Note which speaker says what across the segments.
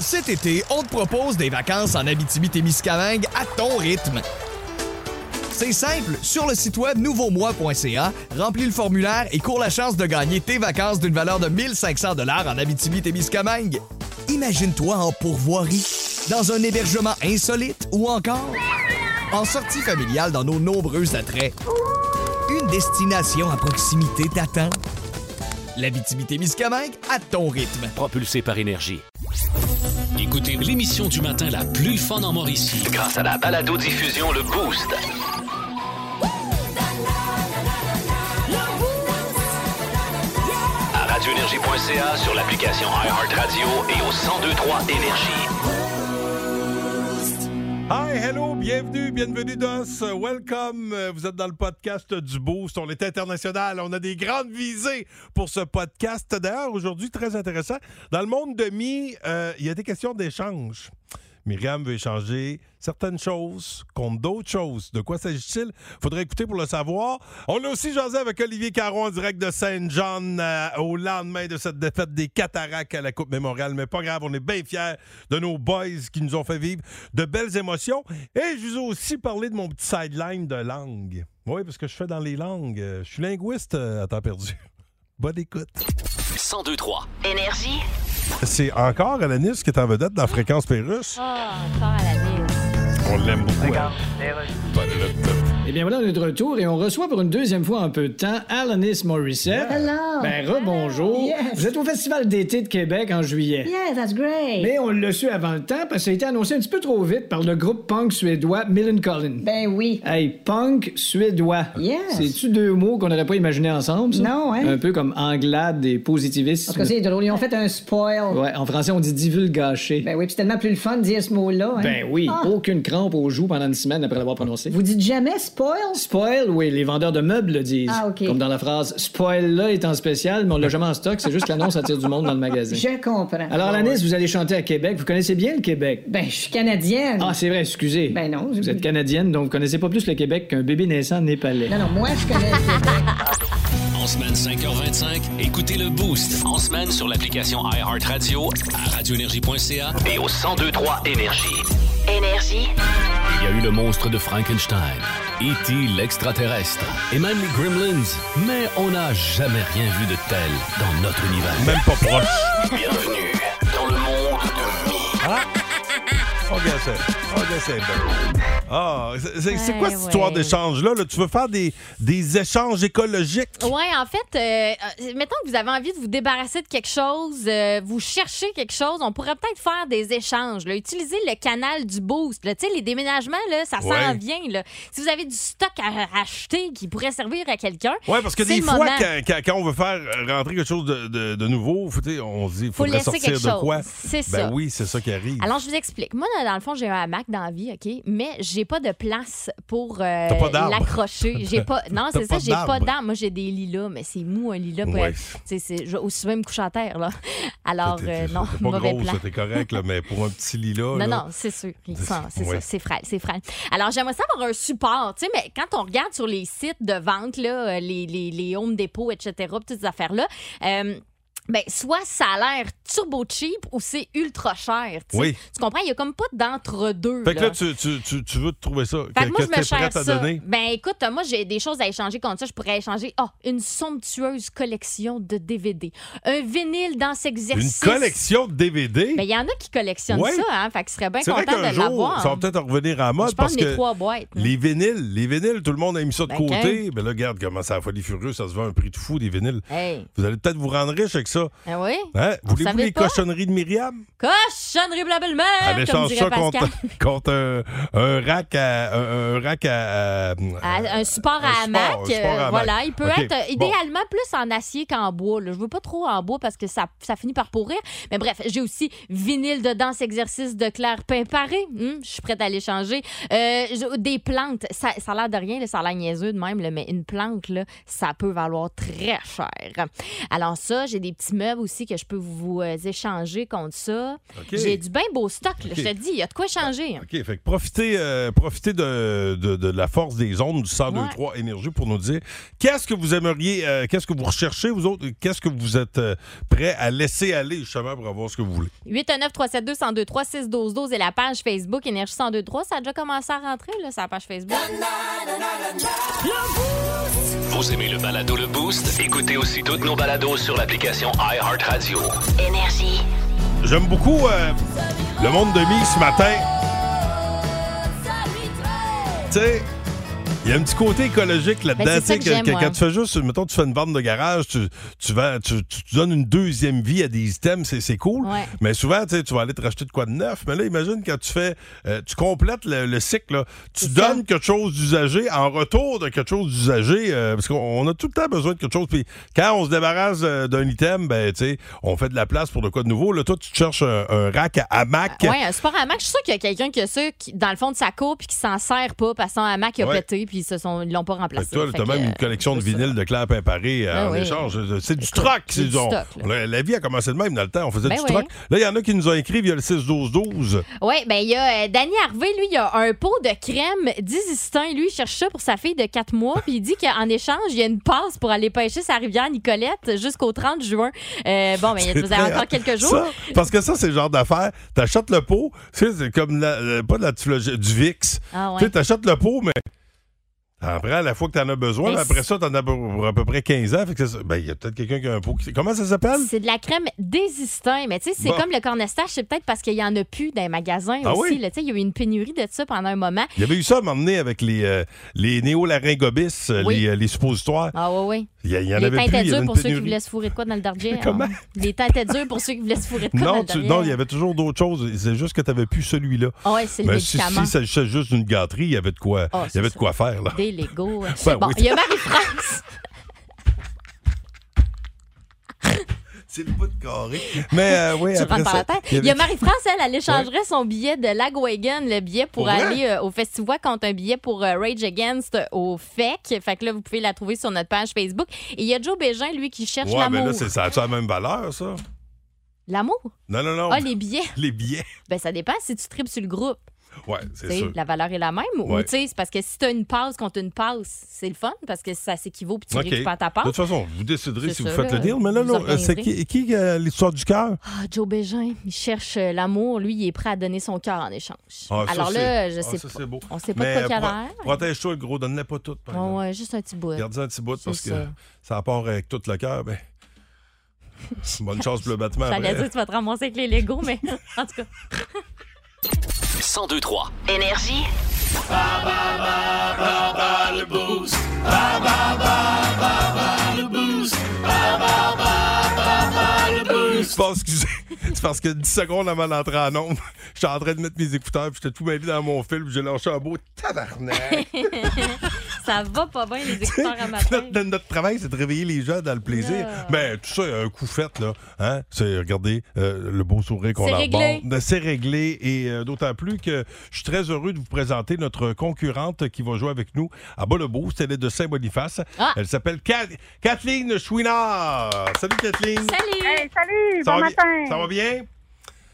Speaker 1: Cet été, on te propose des vacances en Abitibi-Témiscamingue à ton rythme. C'est simple, sur le site web nouveaumois.ca, remplis le formulaire et cours la chance de gagner tes vacances d'une valeur de 1500 dollars en Abitibi-Témiscamingue. Imagine-toi en pourvoirie, dans un hébergement insolite ou encore en sortie familiale dans nos nombreux attraits. Une destination à proximité t'attend. L'Abitibi-Témiscamingue à ton rythme.
Speaker 2: propulsé par énergie.
Speaker 3: Écoutez l'émission du matin la plus fun en Mauricie.
Speaker 2: Grâce à la balado diffusion le boost. À radioénergie.ca sur l'application iHeartRadio et au 1023 énergie.
Speaker 4: Hi, hello, bienvenue, bienvenue dans ce Welcome. Euh, Vous êtes dans le podcast du Boost. On est international. On a des grandes visées pour ce podcast. D'ailleurs, aujourd'hui, très intéressant. Dans le monde de mi, euh, il y a des questions d'échange. Myriam veut échanger certaines choses contre d'autres choses. De quoi s'agit-il? Faudrait écouter pour le savoir. On a aussi jasé avec Olivier Caron en direct de Saint-Jean euh, au lendemain de cette défaite des Cataractes à la Coupe Mémoriale. Mais pas grave, on est bien fiers de nos boys qui nous ont fait vivre de belles émotions. Et je vous ai aussi parlé de mon petit sideline de langue. Oui, parce que je fais dans les langues. Euh, Je suis linguiste euh, à temps perdu. Bonne écoute.
Speaker 2: 1023
Speaker 5: Énergie.
Speaker 4: C'est encore Alanis qui est en vedette dans Fréquence Pérusse.
Speaker 6: Ah,
Speaker 5: encore à la ville.
Speaker 4: On l'aime beaucoup. hein.
Speaker 7: Eh bien voilà, on est de retour et on reçoit pour une deuxième fois en peu de temps Alanis Morissette.
Speaker 8: Hello.
Speaker 7: Ben rebonjour.
Speaker 8: Yes.
Speaker 7: Vous êtes au Festival d'été de Québec en juillet.
Speaker 8: Yeah, that's great.
Speaker 7: Mais on l'a su avant le temps parce que ça a été annoncé un petit peu trop vite par le groupe punk suédois Millencolin.
Speaker 8: Ben oui.
Speaker 7: Hey, punk suédois.
Speaker 8: Yes.
Speaker 7: C'est-tu deux mots qu'on n'aurait pas imaginé ensemble, ça?
Speaker 8: Non, hein?
Speaker 7: Un peu comme Anglade et positivistes.
Speaker 8: En tout cas, c'est drôle. Ils ont fait un spoil.
Speaker 7: Ouais, en français, on dit divulgacher.
Speaker 8: Ben oui, puis c'est tellement plus le fun de dire ce mot-là. hein.
Speaker 7: Ben oui,
Speaker 8: Ah.
Speaker 7: aucune crampe aux joues pendant une semaine après l'avoir prononcé.
Speaker 8: Vous dites jamais spoil?
Speaker 7: Spoil, oui, les vendeurs de meubles le disent.
Speaker 8: Ah, ok. Ah.
Speaker 7: Comme dans la phrase Spoil là est en spécial, mais on l'a jamais en stock, c'est juste que l'annonce attire du monde dans le magasin.
Speaker 8: Je Ah, comprends.
Speaker 7: Alors, Alanis, vous allez chanter à Québec. Vous connaissez bien le Québec?
Speaker 8: Ben, je suis canadienne.
Speaker 7: Ah, c'est vrai, excusez.
Speaker 8: Ben non, je-
Speaker 7: Vous êtes canadienne, donc vous connaissez pas plus le Québec qu'un bébé naissant népalais.
Speaker 8: Non, non, moi, je connais. le Québec.
Speaker 3: En semaine 5h25, écoutez le Boost.
Speaker 2: En semaine sur l'application iHeartRadio
Speaker 3: À radioénergie.ca,
Speaker 2: et au 1023 énergie.
Speaker 5: Énergie.
Speaker 3: il y a eu le monstre de Frankenstein, E.T. l'extraterrestre et même les Gremlins. Mais on n'a jamais rien vu de tel dans notre univers.
Speaker 4: Même pas proche.
Speaker 2: Bienvenue dans le monde de Mi.
Speaker 4: Ah! On regarde ça. On regarde ça, ben. Oh, Ah, c'est- c'est c'est quoi
Speaker 6: Ouais,
Speaker 4: cette histoire
Speaker 6: ouais.
Speaker 4: d'échange-là? là? Tu veux faire des, des échanges écologiques?
Speaker 6: Ouais, en fait, euh, euh, mettons que vous avez envie de vous débarrasser de quelque chose, euh, vous cherchez quelque chose, on pourrait peut-être faire des échanges. là. Utiliser le canal du boost. là. Tu sais, les déménagements, là, ça s'en
Speaker 4: Ouais.
Speaker 6: vient. Là. Si vous avez du stock à acheter qui pourrait servir à quelqu'un,
Speaker 4: Oui, parce que
Speaker 6: c'est
Speaker 4: des
Speaker 6: le
Speaker 4: fois,
Speaker 6: moment.
Speaker 4: quand, quand- quand on veut faire rentrer quelque chose de, de- de nouveau, faut- tu sais, on se dit, il
Speaker 6: faut
Speaker 4: faudrait
Speaker 6: laisser
Speaker 4: sortir de
Speaker 6: quelque chose.
Speaker 4: quoi?
Speaker 6: C'est ça.
Speaker 4: Ben oui, c'est ça qui arrive.
Speaker 6: Alors, je vous explique. Moi, dans- dans le fond, j'ai un hamac dans la vie, OK? Mais j'ai pas de place pour euh,
Speaker 4: T'as pas d'arbre.
Speaker 6: l'accrocher. J'ai pas... Non,
Speaker 4: T'as
Speaker 6: c'est
Speaker 4: pas
Speaker 6: ça, j'ai pas
Speaker 4: d'arbre.
Speaker 6: d'arbre. Moi, j'ai des lilas, mais c'est mou, un lilas.
Speaker 4: Ouais.
Speaker 6: Puis, euh, tu sais, c'est- je vais aussi même me coucher à terre, là. Alors,
Speaker 4: T'es-
Speaker 6: euh,
Speaker 4: t'es- t'es
Speaker 6: non,
Speaker 4: pas
Speaker 6: mauvais
Speaker 4: gros,
Speaker 6: plan.
Speaker 4: ça, t'es correct, là, mais pour un petit lit là.
Speaker 6: Non,
Speaker 4: là,
Speaker 6: non, c'est sûr. Ils sont- C'est
Speaker 4: Ouais.
Speaker 6: ça, c'est frêle, c'est frêle. Alors, j'aimerais ça avoir un support, tu sais, mais quand on regarde sur les sites de vente, là, euh, les, les, les Home Depot, etc., toutes ces affaires-là, euh, ben, soit ça a l'air turbo cheap ou c'est ultra cher. tu sais.
Speaker 4: Oui.
Speaker 6: Tu comprends? Il n'y a comme pas d'entre-deux.
Speaker 4: Fait que là,
Speaker 6: là.
Speaker 4: tu, tu, tu, tu veux te trouver ça.
Speaker 6: Fait que
Speaker 4: que
Speaker 6: moi,
Speaker 4: que
Speaker 6: je me
Speaker 4: t'es
Speaker 6: cherche
Speaker 4: prête à
Speaker 6: ça.
Speaker 4: donner.
Speaker 6: Ben écoute, moi, j'ai des choses à échanger contre ça. Je pourrais échanger oh, une somptueuse collection de DVD, un vinyle dans cet
Speaker 4: Une
Speaker 6: exercice.
Speaker 4: collection de DVD.
Speaker 6: Ben, il y en a qui collectionnent
Speaker 4: Ouais.
Speaker 6: ça, hein, fait qu'ils seraient bien
Speaker 4: c'est vrai
Speaker 6: contents
Speaker 4: qu'un
Speaker 6: de
Speaker 4: jour,
Speaker 6: l'avoir.
Speaker 4: ça va peut-être en revenir à la mode
Speaker 6: Je
Speaker 4: parce
Speaker 6: pense mes
Speaker 4: que.
Speaker 6: trois boîtes. là.
Speaker 4: Les vinyles, les vinyles, tout le monde a mis ça de
Speaker 6: Ben,
Speaker 4: côté. Ben là, regarde comment ça a folie furieux, ça se vend un prix de fou des vinyles.
Speaker 6: Hey,
Speaker 4: Vous allez peut-être vous rendre riche avec ça.
Speaker 6: ah oui?
Speaker 4: Hein? Voulez-vous
Speaker 6: savait
Speaker 4: les
Speaker 6: pas?
Speaker 4: cochonneries de Myriam?
Speaker 6: Cochonnerie blablement,
Speaker 4: Allez,
Speaker 6: comme
Speaker 4: change ça
Speaker 6: dirait Pascal.
Speaker 4: contre, contre un, un rack à. Un, un rack à. à-
Speaker 6: À- un support
Speaker 4: Euh, un support,
Speaker 6: à hamac,
Speaker 4: un support à
Speaker 6: euh,
Speaker 4: hamac.
Speaker 6: voilà, il peut
Speaker 4: OK,
Speaker 6: être euh,
Speaker 4: bon.
Speaker 6: idéalement plus en acier qu'en bois. là. Je veux pas trop en bois parce que ça, ça finit par pourrir. Mais bref, j'ai aussi vinyle de danse exercice de Claire Pimparé. Hum, je suis prête à l'échanger. Euh, j'ai- des plantes, ça, ça a l'air de rien, là, ça a l'air niaiseux de même, là, mais une plante, là, ça peut valoir très cher. Alors ça, j'ai des petits petits meubles aussi que je peux vous euh, échanger contre ça.
Speaker 4: OK.
Speaker 6: J'ai du bien beau stock, là, je
Speaker 4: OK. Ben,
Speaker 6: te dis, il y a de quoi changer. hein.
Speaker 4: OK, fait que profitez, euh, profitez de, de- de la force des ondes du 1023 Énergie pour nous dire qu'est-ce que vous aimeriez, euh, qu'est-ce que vous recherchez, vous autres, et qu'est-ce que vous êtes euh, prêts à laisser aller justement pour avoir ce que vous voulez.
Speaker 6: 819 372 1023 612 12 et la page Facebook Énergie 1023, ça a déjà commencé à rentrer là, sur la page Facebook.
Speaker 2: Vous aimez le balado Le Boost? Écoutez aussi toutes nos balados sur l'application iHeartRadio.
Speaker 5: Énergie.
Speaker 4: J'aime beaucoup euh, le monde de mi ce matin. Tu sais, il y a un petit côté écologique là-dedans.
Speaker 6: Ben,
Speaker 4: tu
Speaker 6: c'est ça
Speaker 4: sais,
Speaker 6: que
Speaker 4: que-
Speaker 6: j'aime,
Speaker 4: que-
Speaker 6: moi.
Speaker 4: quand tu fais juste, mettons, tu fais une vente de garage, tu, tu, vends- tu- tu- tu donnes une deuxième vie à des items, c'est, c'est cool.
Speaker 6: Ouais.
Speaker 4: Mais souvent, tu sais, tu vas aller te racheter de quoi de neuf. Mais là, imagine quand tu fais, euh, tu complètes le, le cycle. là. Tu
Speaker 6: C'est ça.
Speaker 4: donnes quelque chose d'usagé en retour de quelque chose d'usagé. euh, parce qu'on on a tout le temps besoin de quelque chose. Puis quand on se débarrasse euh, d'un item, ben, tu sais, on fait de la place pour de quoi de nouveau. Là, toi, tu te cherches un, un rack à hamac.
Speaker 6: Oui, un sport hamac. Je suis sûre qu'il y a quelqu'un qui a ça qui- dans le fond de sa cour puis qui s'en sert pas parce que son hamac a
Speaker 4: Ouais.
Speaker 6: pété puis ils se sont- ils l'ont pas
Speaker 4: Fait
Speaker 6: remplacé.
Speaker 4: que toi,
Speaker 6: Fait
Speaker 4: t'as
Speaker 6: que,
Speaker 4: même
Speaker 6: euh,
Speaker 4: une collection de
Speaker 6: c'est ça.
Speaker 4: vinyles de Claire Pimparé euh,
Speaker 6: Ah
Speaker 4: en
Speaker 6: oui.
Speaker 4: échange. C'est du
Speaker 6: Écoute,
Speaker 4: troc.
Speaker 6: c'est
Speaker 4: c'est
Speaker 6: du
Speaker 4: du- on-
Speaker 6: stock, là.
Speaker 4: la, la vie a commencé de même dans le temps. On faisait
Speaker 6: Ben
Speaker 4: du
Speaker 6: oui.
Speaker 4: troc. Là, il y en a qui nous ont écrit via le 6-12-12.
Speaker 6: Oui, ben il y a euh, Danny Harvey, lui, il a un pot de crème d'Isistin. Lui, il cherche ça pour sa fille de 4 mois. Puis il dit qu'en échange, il y a une passe pour aller pêcher sa rivière Nicolette jusqu'au 30 juin. Euh, bon, ben il
Speaker 4: C'est
Speaker 6: y
Speaker 4: très
Speaker 6: a encore
Speaker 4: hot.
Speaker 6: quelques jours.
Speaker 4: Ça, parce que ça, c'est le genre d'affaire. T'achètes le pot. Tu sais, c'est comme la- la- pas de la typologie, du VIX.
Speaker 6: Ah
Speaker 4: Tu
Speaker 6: ouais.
Speaker 4: sais, t'achètes le pot, mais. T'en prends la fois que t'en as besoin,
Speaker 6: Ben,
Speaker 4: mais après ça, t'en as pour, pour à peu près 15 ans. Fait que ça- ben, il y a peut-être quelqu'un qui a un pot. qui- Comment ça s'appelle?
Speaker 6: C'est de la crème désistin, mais tu sais, c'est
Speaker 4: Bon.
Speaker 6: comme le cornestage, c'est peut-être parce qu'il y en a plus dans les magasins
Speaker 4: Ah
Speaker 6: aussi.
Speaker 4: oui?
Speaker 6: là. Tu sais, il y a eu une pénurie de ça pendant un moment.
Speaker 4: Il y avait eu ça à m'emmener avec les, euh, les néolaryngobis, euh,
Speaker 6: Oui.
Speaker 4: les, euh, les suppositoires.
Speaker 6: Ah ouais, ouais.
Speaker 4: Il y, a- il y en
Speaker 6: les
Speaker 4: avait
Speaker 6: têtes
Speaker 4: plus.
Speaker 6: étaient
Speaker 4: il y avait
Speaker 6: dures
Speaker 4: une
Speaker 6: pour ceux qui
Speaker 4: pénurie.
Speaker 6: voulaient se fourrer de quoi dans le dardier.
Speaker 4: Comment?
Speaker 6: hein. Les têtes étaient dures pour ceux qui voulaient se fourrer de quoi
Speaker 4: Non,
Speaker 6: dans
Speaker 4: tu-
Speaker 6: le
Speaker 4: non, il y
Speaker 6: dardier.
Speaker 4: avait toujours d'autres choses. C'est juste que tu n'avais plus celui-là.
Speaker 6: Ah ouais, c'est le
Speaker 4: Mais si,
Speaker 6: médicament.
Speaker 4: si ça s'agissait juste d'une gâterie, il y avait de quoi,
Speaker 6: Ah,
Speaker 4: il y
Speaker 6: c'est
Speaker 4: avait de
Speaker 6: ça.
Speaker 4: quoi faire. Là.
Speaker 6: Des Legos. hein.
Speaker 4: Ben
Speaker 6: bon,
Speaker 4: oui.
Speaker 6: il y a Marie-France.
Speaker 4: C'est le bout de carré. Mais euh, oui,
Speaker 6: tu
Speaker 4: après
Speaker 6: rentres par
Speaker 4: ça,
Speaker 6: la tête.
Speaker 4: il y
Speaker 6: Il y a
Speaker 4: avait-
Speaker 6: Marie-France, elle, elle échangerait son billet de Lagwagon, le billet pour
Speaker 4: Pour vrai?
Speaker 6: aller euh, au festival contre un billet pour euh, Rage Against au FEC. Fait que là, vous pouvez la trouver sur notre page Facebook. Et il y a Joe Bégin, lui, qui cherche
Speaker 4: Ouais, mais
Speaker 6: l'amour.
Speaker 4: là, c'est- ça a la même valeur, ça?
Speaker 6: L'amour?
Speaker 4: Non, non, non.
Speaker 6: Ah, les billets?
Speaker 4: Les billets.
Speaker 6: Ben, ça dépend si tu tripes sur le groupe.
Speaker 4: Ouais,
Speaker 6: Tu
Speaker 4: c'est
Speaker 6: sais,
Speaker 4: sûr.
Speaker 6: La valeur est la même. ou-
Speaker 4: Ouais.
Speaker 6: Ou, tu sais, c'est parce que si tu as une passe contre une passe, c'est le fun parce que ça s'équivaut puis tu
Speaker 4: OK.
Speaker 6: récupères ta
Speaker 4: De toute
Speaker 6: passe.
Speaker 4: façon, vous déciderez
Speaker 6: C'est
Speaker 4: si vous
Speaker 6: ça,
Speaker 4: faites
Speaker 6: là.
Speaker 4: le deal. Mais là,
Speaker 6: Vous
Speaker 4: là, c'est
Speaker 6: organiserez.
Speaker 4: qui, qui, euh, l'histoire du cœur?
Speaker 6: Ah, Joe Bégin, il cherche euh, l'amour. Lui, il est prêt à donner son cœur en échange.
Speaker 4: Ah, ça,
Speaker 6: Alors là,
Speaker 4: c'est-
Speaker 6: je
Speaker 4: ah,
Speaker 6: sais
Speaker 4: ça,
Speaker 6: pas.
Speaker 4: c'est beau.
Speaker 6: On sait pas
Speaker 4: Mais
Speaker 6: de quoi qu'il a
Speaker 4: pro-
Speaker 6: l'air.
Speaker 4: protège-toi, le gros. Donne-le pas tout. par
Speaker 6: Ouais,
Speaker 4: exemple.
Speaker 6: ouais, juste un petit bout.
Speaker 4: Gardez un petit bout
Speaker 6: C'est
Speaker 4: parce que
Speaker 6: ça.
Speaker 4: ça part avec tout le cœur. Ben... Bonne chance pour le battement. euh,
Speaker 6: J'allais
Speaker 4: après.
Speaker 6: dire, tu vas te ramasser avec les Legos, mais en tout cas.
Speaker 2: 1023.
Speaker 5: Énergie.
Speaker 4: C'est parce que, c'est parce que 10 secondes avant d'entrer en nombre, j'étais en train de mettre mes écouteurs, puis j'étais tout mêlé dans mon fil, puis j'ai lâché un beau tabarnak.
Speaker 6: Ça va pas bien, les écouteurs à matin.
Speaker 4: notre, notre travail, c'est de réveiller les gens dans le plaisir.
Speaker 6: Ah.
Speaker 4: Mais tout ça, un coup fait, là. Hein? C'est, regardez, euh, le beau sourire qu'on
Speaker 6: C'est
Speaker 4: leur
Speaker 6: réglé.
Speaker 4: bande. C'est réglé. Et euh, d'autant plus que je suis très heureux de vous présenter notre concurrente qui va jouer avec nous à Bas-le-Beau. Elle est de Saint-Boniface.
Speaker 6: Ah.
Speaker 4: Elle s'appelle Kat- Kathleen Chouinard. Salut, Kathleen.
Speaker 6: Salut!
Speaker 9: Hey, salut,
Speaker 4: Ça
Speaker 9: bon
Speaker 4: va bien?
Speaker 9: matin.
Speaker 4: Ça va bien?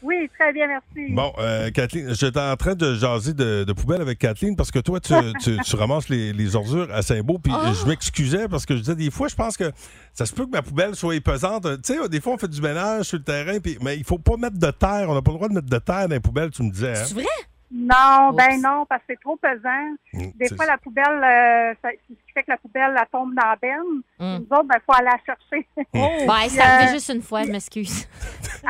Speaker 9: Oui, très bien, merci.
Speaker 4: Bon, euh, Kathleen, j'étais en train de jaser de, de poubelle avec Kathleen parce que toi, tu, tu- tu ramasses les, les ordures à Saint-Beau. Puis
Speaker 6: Oh!
Speaker 4: je m'excusais parce que je disais des fois, je pense que ça se peut que ma poubelle soit pesante. Tu sais, des fois, on fait du ménage sur le terrain, puis, mais il faut pas mettre de terre. On n'a pas le droit de mettre de terre dans les poubelles, tu me disais. Hein?
Speaker 6: C'est vrai?
Speaker 7: Oh,
Speaker 9: Non,
Speaker 6: Oups.
Speaker 9: ben non, parce que c'est trop pesant.
Speaker 4: Mm,
Speaker 9: Des
Speaker 4: c'est-
Speaker 9: fois, la poubelle, euh, ça- c'est ce qui fait que la poubelle, la tombe dans la benne.
Speaker 7: Hmm.
Speaker 6: Mm.
Speaker 9: Nous autres, ben, faut aller la chercher.
Speaker 6: Ouais, ça arrivé juste une fois, je m'excuse.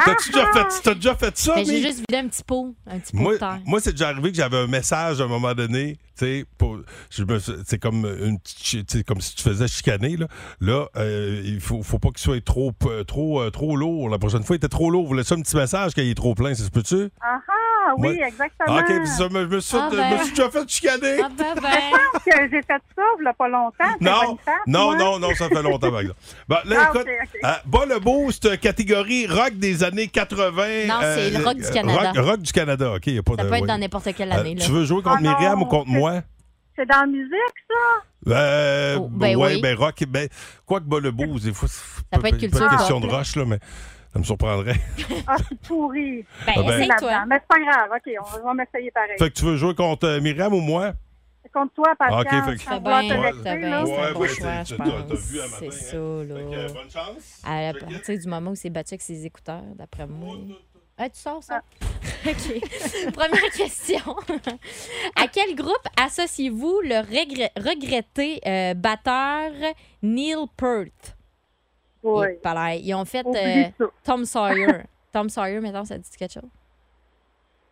Speaker 4: T'as-tu
Speaker 9: Ah,
Speaker 4: déjà fait, t'as déjà fait ça,
Speaker 6: Mais j'ai
Speaker 4: Mi?
Speaker 6: juste vidé un petit pot, un petit pot
Speaker 4: Moi,
Speaker 6: de terre.
Speaker 4: moi c'est déjà arrivé que j'avais un message à un moment donné, tu sais, pour- je me suis- c'est comme une petite, chi- tu sais, comme si tu faisais chicaner là. Là, euh, il faut, faut pas qu'il soit trop, p- trop, euh, trop lourd. La prochaine fois, il était trop lourd. Vous laissez un petit message qu'il est trop plein, ça se peut-tu
Speaker 9: Ah ah, oui,
Speaker 4: Moi-
Speaker 9: exactement.
Speaker 4: Ah, Ok, puis ça, me- je me suis, fait-
Speaker 6: Ah,
Speaker 4: je
Speaker 6: ben.
Speaker 4: me suis déjà fait chicaner.
Speaker 6: Ah ben ben!
Speaker 9: Parce que j'ai fait ça il y a pas longtemps. c'est
Speaker 4: Non,
Speaker 9: bonne fête,
Speaker 4: non,
Speaker 9: moi.
Speaker 4: non, non, ça fait longtemps, par exemple. Bon, là,
Speaker 9: Ah,
Speaker 4: écoute,
Speaker 9: ok, ok.
Speaker 4: euh, bas le boost, euh, catégorie rock des années 80.
Speaker 6: Non, c'est le rock du Canada.
Speaker 4: Rock, rock du Canada, OK, il n'y a pas
Speaker 6: Ça
Speaker 4: de...
Speaker 6: peut être
Speaker 4: Ben oui.
Speaker 6: dans n'importe quelle
Speaker 4: Euh,
Speaker 6: année. là.
Speaker 4: tu veux jouer contre
Speaker 9: Ah, non,
Speaker 4: Myriam ou contre
Speaker 9: c'est-
Speaker 4: moi?
Speaker 9: C'est dans la musique, ça?
Speaker 4: Euh,
Speaker 6: Oh, ben
Speaker 4: ouais,
Speaker 6: oui.
Speaker 4: ben rock. Ben, quoi que le booze, des fois, ça
Speaker 6: peut être culture
Speaker 4: Pas question
Speaker 6: pop,
Speaker 4: de
Speaker 6: là.
Speaker 4: roche, là, mais ça me surprendrait.
Speaker 9: Ah, c'est pourri.
Speaker 6: Ben,
Speaker 4: Ah ben.
Speaker 6: essaye-toi.
Speaker 9: là-dedans. Mais c'est pas grave. OK, on va- on va m'essayer pareil.
Speaker 4: Fait que tu veux jouer contre euh, Myriam ou moi?
Speaker 9: Contre toi, Pascal.
Speaker 4: Ok, fait que-
Speaker 6: T'as
Speaker 9: sans vouloir te
Speaker 6: bien,
Speaker 4: Ouais,
Speaker 6: t'as
Speaker 9: vexer, là.
Speaker 6: bien, Ben, c'est
Speaker 4: Ouais,
Speaker 6: un bon
Speaker 4: ouais, t'as-
Speaker 6: choix, je
Speaker 4: t'as- t'as vu à
Speaker 6: pense.
Speaker 4: matin,
Speaker 6: C'est
Speaker 4: Fait
Speaker 6: ça,
Speaker 4: que, euh,
Speaker 6: là.
Speaker 4: bonne chance.
Speaker 6: À la-
Speaker 4: Check
Speaker 6: à
Speaker 4: it.
Speaker 6: partir du moment où il s'est battu avec ses écouteurs, d'après moi. Ah, tu sors ça? OK. Première question. à quel groupe associez-vous le regre- regretté euh, batteur Neil Peart?
Speaker 9: Oui.
Speaker 6: Et- pareil, Ils ont fait euh,
Speaker 9: Oublie ça.
Speaker 6: Tom Sawyer. Tom Sawyer, mettons, ça dit quelque chose?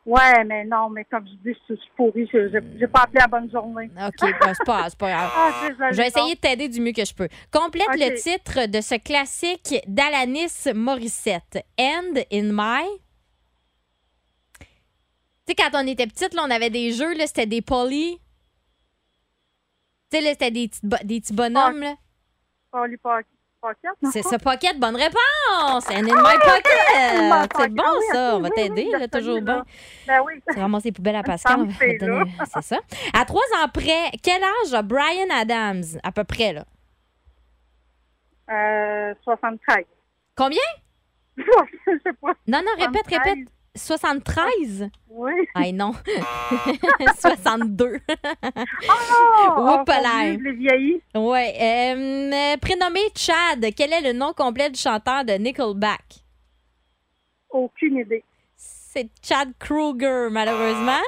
Speaker 9: Ouais, mais non, mais comme je dis, je je suis pourrie. Je- je- J'ai pas appelé la bonne journée.
Speaker 6: OK, bah, c'est pas, c'est pas grave.
Speaker 9: Ah, désolée.
Speaker 6: Je vais essayer de t'aider du mieux que je peux. Complète
Speaker 9: Ok.
Speaker 6: le titre de ce classique d'Alanis Morissette. End in my. Tu sais, quand on était petite, là, on avait des jeux, là, c'était des poly. Tu sais, là, c'était des, petits bo- des petits bonhommes, là.
Speaker 9: Bon. Polly Pocket, non?
Speaker 6: C'est ça, Pocket, bonne réponse! End in my pocket! C'est bon,
Speaker 9: Ah oui, ok,
Speaker 6: ça, on
Speaker 9: oui,
Speaker 6: va t'aider,
Speaker 9: oui,
Speaker 6: là,
Speaker 9: j'ai
Speaker 6: toujours
Speaker 9: celui-là.
Speaker 6: bon.
Speaker 9: Ben oui.
Speaker 6: Tu ramasses les poubelles à Pascal. on va-
Speaker 9: Pensez, là.
Speaker 6: donner- C'est ça. À trois ans près, quel âge a Brian Adams? À peu près, là.
Speaker 9: Euh, 73.
Speaker 6: Combien?
Speaker 9: je sais pas.
Speaker 6: Non, non, répète, répète. 73?
Speaker 9: Oui.
Speaker 6: Ah non. 62.
Speaker 9: Oh, oh,
Speaker 6: Oups,
Speaker 9: mon
Speaker 6: là.
Speaker 9: Dieu, Je l'ai vieilli.
Speaker 6: Ouais. euh, euh, prénommé Chad, quel est le nom complet du chanteur de Nickelback?
Speaker 9: Aucune idée.
Speaker 6: C'est Chad Kruger, malheureusement.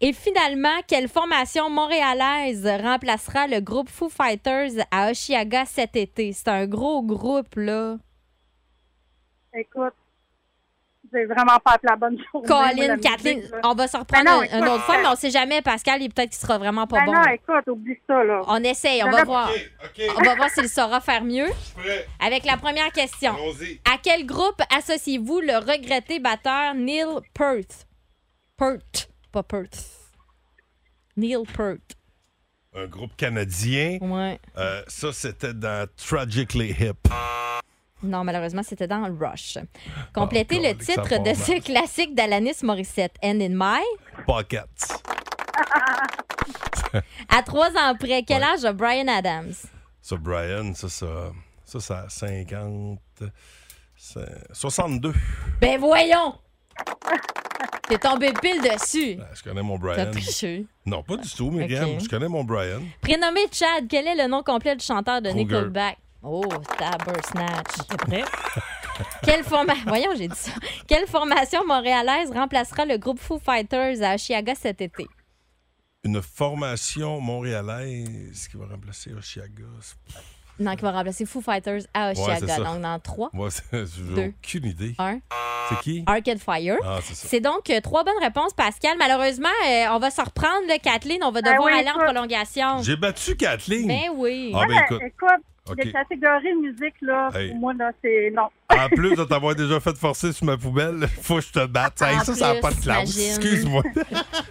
Speaker 6: Et finalement, quelle formation montréalaise remplacera le groupe Foo Fighters à Oshiaga cet été? C'est un gros groupe, là.
Speaker 9: Écoute, j'ai vraiment pas appelé la bonne journée. moi, la
Speaker 6: Colin,
Speaker 9: musique,
Speaker 6: Kathleen,
Speaker 9: là.
Speaker 6: on va se reprendre
Speaker 9: Ben non,
Speaker 6: un- une
Speaker 9: écoute,
Speaker 6: autre fois,
Speaker 9: euh,
Speaker 6: mais on sait jamais. Pascal, il peut-être qu'il sera vraiment pas
Speaker 9: Ben
Speaker 6: bon.
Speaker 9: non, écoute, oublie ça, là.
Speaker 6: On essaye, on
Speaker 9: Ben non.
Speaker 6: va voir.
Speaker 4: OK, OK,
Speaker 6: On va voir s'il saura faire mieux.
Speaker 4: je suis prêt.
Speaker 6: Avec la première question.
Speaker 4: Allons-y.
Speaker 6: À quel groupe associez-vous le regretté batteur Neil Peart? Peart, pas Perth. Neil Peart.
Speaker 4: Un groupe canadien.
Speaker 6: Ouais.
Speaker 4: Euh, ça, c'était dans Tragically Hip.
Speaker 6: Non, malheureusement, c'était dans Rush. Complétez
Speaker 4: Oh,
Speaker 6: le
Speaker 4: God, ça
Speaker 6: titre
Speaker 4: part
Speaker 6: de
Speaker 4: mal.
Speaker 6: ce classique d'Alanis Morissette, End in My.
Speaker 4: Pocket.
Speaker 6: À trois ans près, quel âge a Brian Adams?
Speaker 4: Ça, Brian, ça, ça. Ça, ça a 50. c'est 62.
Speaker 6: Ben voyons! T'es tombé pile dessus.
Speaker 4: Ah, je connais mon
Speaker 6: T'as
Speaker 4: Brian.
Speaker 6: triché.
Speaker 4: Non, pas du tout, Myriam.
Speaker 6: Ok.
Speaker 4: Je connais mon Brian.
Speaker 6: Prénommé Chad, quel est le nom complet du chanteur de
Speaker 4: Kruger.
Speaker 6: Nickelback? Oh, Snatch. C'est prêt? Quelle forma- Voyons, j'ai dit ça. Quelle formation montréalaise remplacera le groupe Foo Fighters à Chiaga cet été?
Speaker 4: Une formation montréalaise qui va remplacer Oshiaga.
Speaker 6: Non, qui va remplacer Foo Fighters à Oshiaga.
Speaker 4: c'est ça.
Speaker 6: donc, dans 3,
Speaker 4: Moi, c'est- j'ai
Speaker 6: Deux.
Speaker 4: aucune idée.
Speaker 6: 1,
Speaker 4: C'est qui?
Speaker 6: Arcade Fire.
Speaker 4: Ah, c'est ça.
Speaker 6: C'est donc euh, trois bonnes réponses, Pascal. Malheureusement, euh, on va se reprendre, là, Kathleen. On va
Speaker 9: Ben
Speaker 6: devoir
Speaker 9: oui,
Speaker 6: aller en
Speaker 9: écoute.
Speaker 6: prolongation.
Speaker 4: J'ai battu Kathleen.
Speaker 6: Ben oui.
Speaker 4: Ah, ben
Speaker 9: Ouais,
Speaker 4: écoute.
Speaker 9: écoute, les
Speaker 4: OK.
Speaker 9: catégories musique, là,
Speaker 4: Hey.
Speaker 9: pour moi, là, c'est non.
Speaker 4: En plus de t'avoir déjà fait forcer sur ma poubelle, faut que je te batte. Hey,
Speaker 6: En
Speaker 4: ça, ça n'a
Speaker 6: plus,
Speaker 4: pas de classe.
Speaker 6: t'imagines.
Speaker 4: Excuse-moi.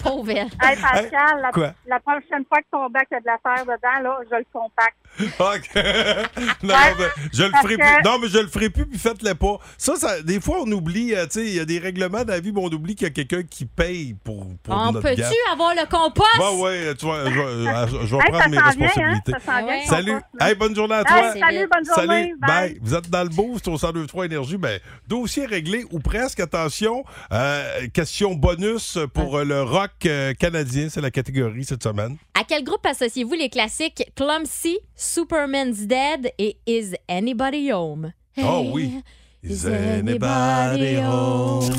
Speaker 6: Pauvre elle.
Speaker 9: Hey, Pascal, la,
Speaker 4: Quoi?
Speaker 9: la prochaine fois que ton bac a de la terre dedans, là, je le compacte.
Speaker 4: OK. non, non, mais je le ferai
Speaker 9: Parce
Speaker 4: plus.
Speaker 9: que-
Speaker 4: Non, mais je le ferai plus, puis faites-le pas. Ça, ça, des fois, on oublie, euh, tu sais, il y a des règlements dans la vie, mais on oublie qu'il y a quelqu'un qui paye pour, pour
Speaker 6: On
Speaker 4: notre
Speaker 6: peut-tu
Speaker 4: gaffe.
Speaker 6: avoir le compost?
Speaker 4: Ouais, Bah ouais, tu vois, je, vais- euh, je- je vais
Speaker 9: Hey, ça
Speaker 4: prendre mes
Speaker 9: s'en vient, hein?
Speaker 4: responsabilités.
Speaker 9: Ça s'en vient.
Speaker 6: Ben Ouais. Ah,
Speaker 9: ton
Speaker 4: Salut.
Speaker 9: poste, là.
Speaker 4: Hey, bonne journée à
Speaker 9: Hey,
Speaker 4: toi.
Speaker 6: c'est
Speaker 9: salut, bonne journée.
Speaker 4: Salut,
Speaker 9: bye.
Speaker 4: bye. Vous êtes dans le boost au 1023 Énergie. Ben, dossier réglé ou presque. Attention, euh, question bonus pour euh, le rock euh, canadien. C'est la catégorie cette semaine.
Speaker 6: À quel groupe associez-vous les classiques Clumsy, Superman's Dead et Is Anybody Home?
Speaker 4: Oh oui. Is anybody home?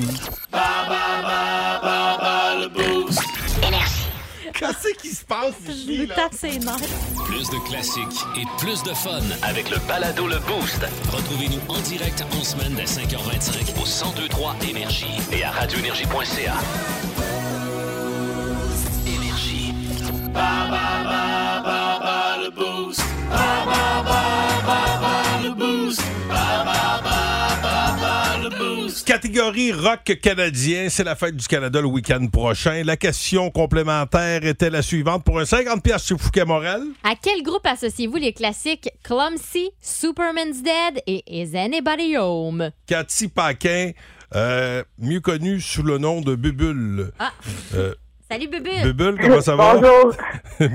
Speaker 5: Énergie.
Speaker 4: Qu'est-ce qui se passe
Speaker 6: Je lui tape ses nerfs.
Speaker 3: Plus de classiques et plus de fun.
Speaker 2: Avec le balado Le Boost
Speaker 3: Retrouvez-nous en direct en semaine dès 5h25
Speaker 2: au 1023 Énergie et à radioénergie.ca. Énergie.
Speaker 4: Catégorie rock canadien, c'est la fête du Canada le week-end prochain. La question complémentaire était la suivante pour un 50$ chez Fouquet Morel.
Speaker 6: À quel groupe associez-vous les classiques Clumsy, Superman's Dead et Is Anybody Home?
Speaker 4: Cathy Paquin, euh, mieux connue sous le nom de Bubule.
Speaker 6: Ah.
Speaker 4: Euh,
Speaker 6: Salut, Bubule.
Speaker 4: Bubule, comment ça va? Bonjour.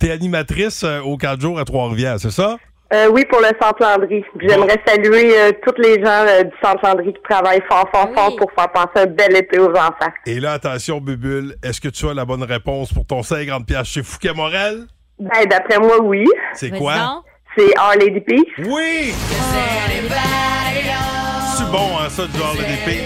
Speaker 4: T'es animatrice euh, au 4 jours à Trois-Rivières, c'est ça?
Speaker 10: Euh, oui, pour le Centre-Landry. Puis J'aimerais saluer euh, tous les gens euh, du Centre-Landry qui travaillent fort, fort, fort pour faire passer un bel été aux enfants.
Speaker 4: Et là, attention, Bubule, est-ce que tu as la bonne réponse pour ton 50 pièces chez Fouquet Morel?
Speaker 10: Ben, d'après moi, oui.
Speaker 4: C'est Vas-y quoi? donc.
Speaker 10: C'est Our Lady Peace.
Speaker 4: Oui! C'est bon, hein, ça, du genre de l'épée.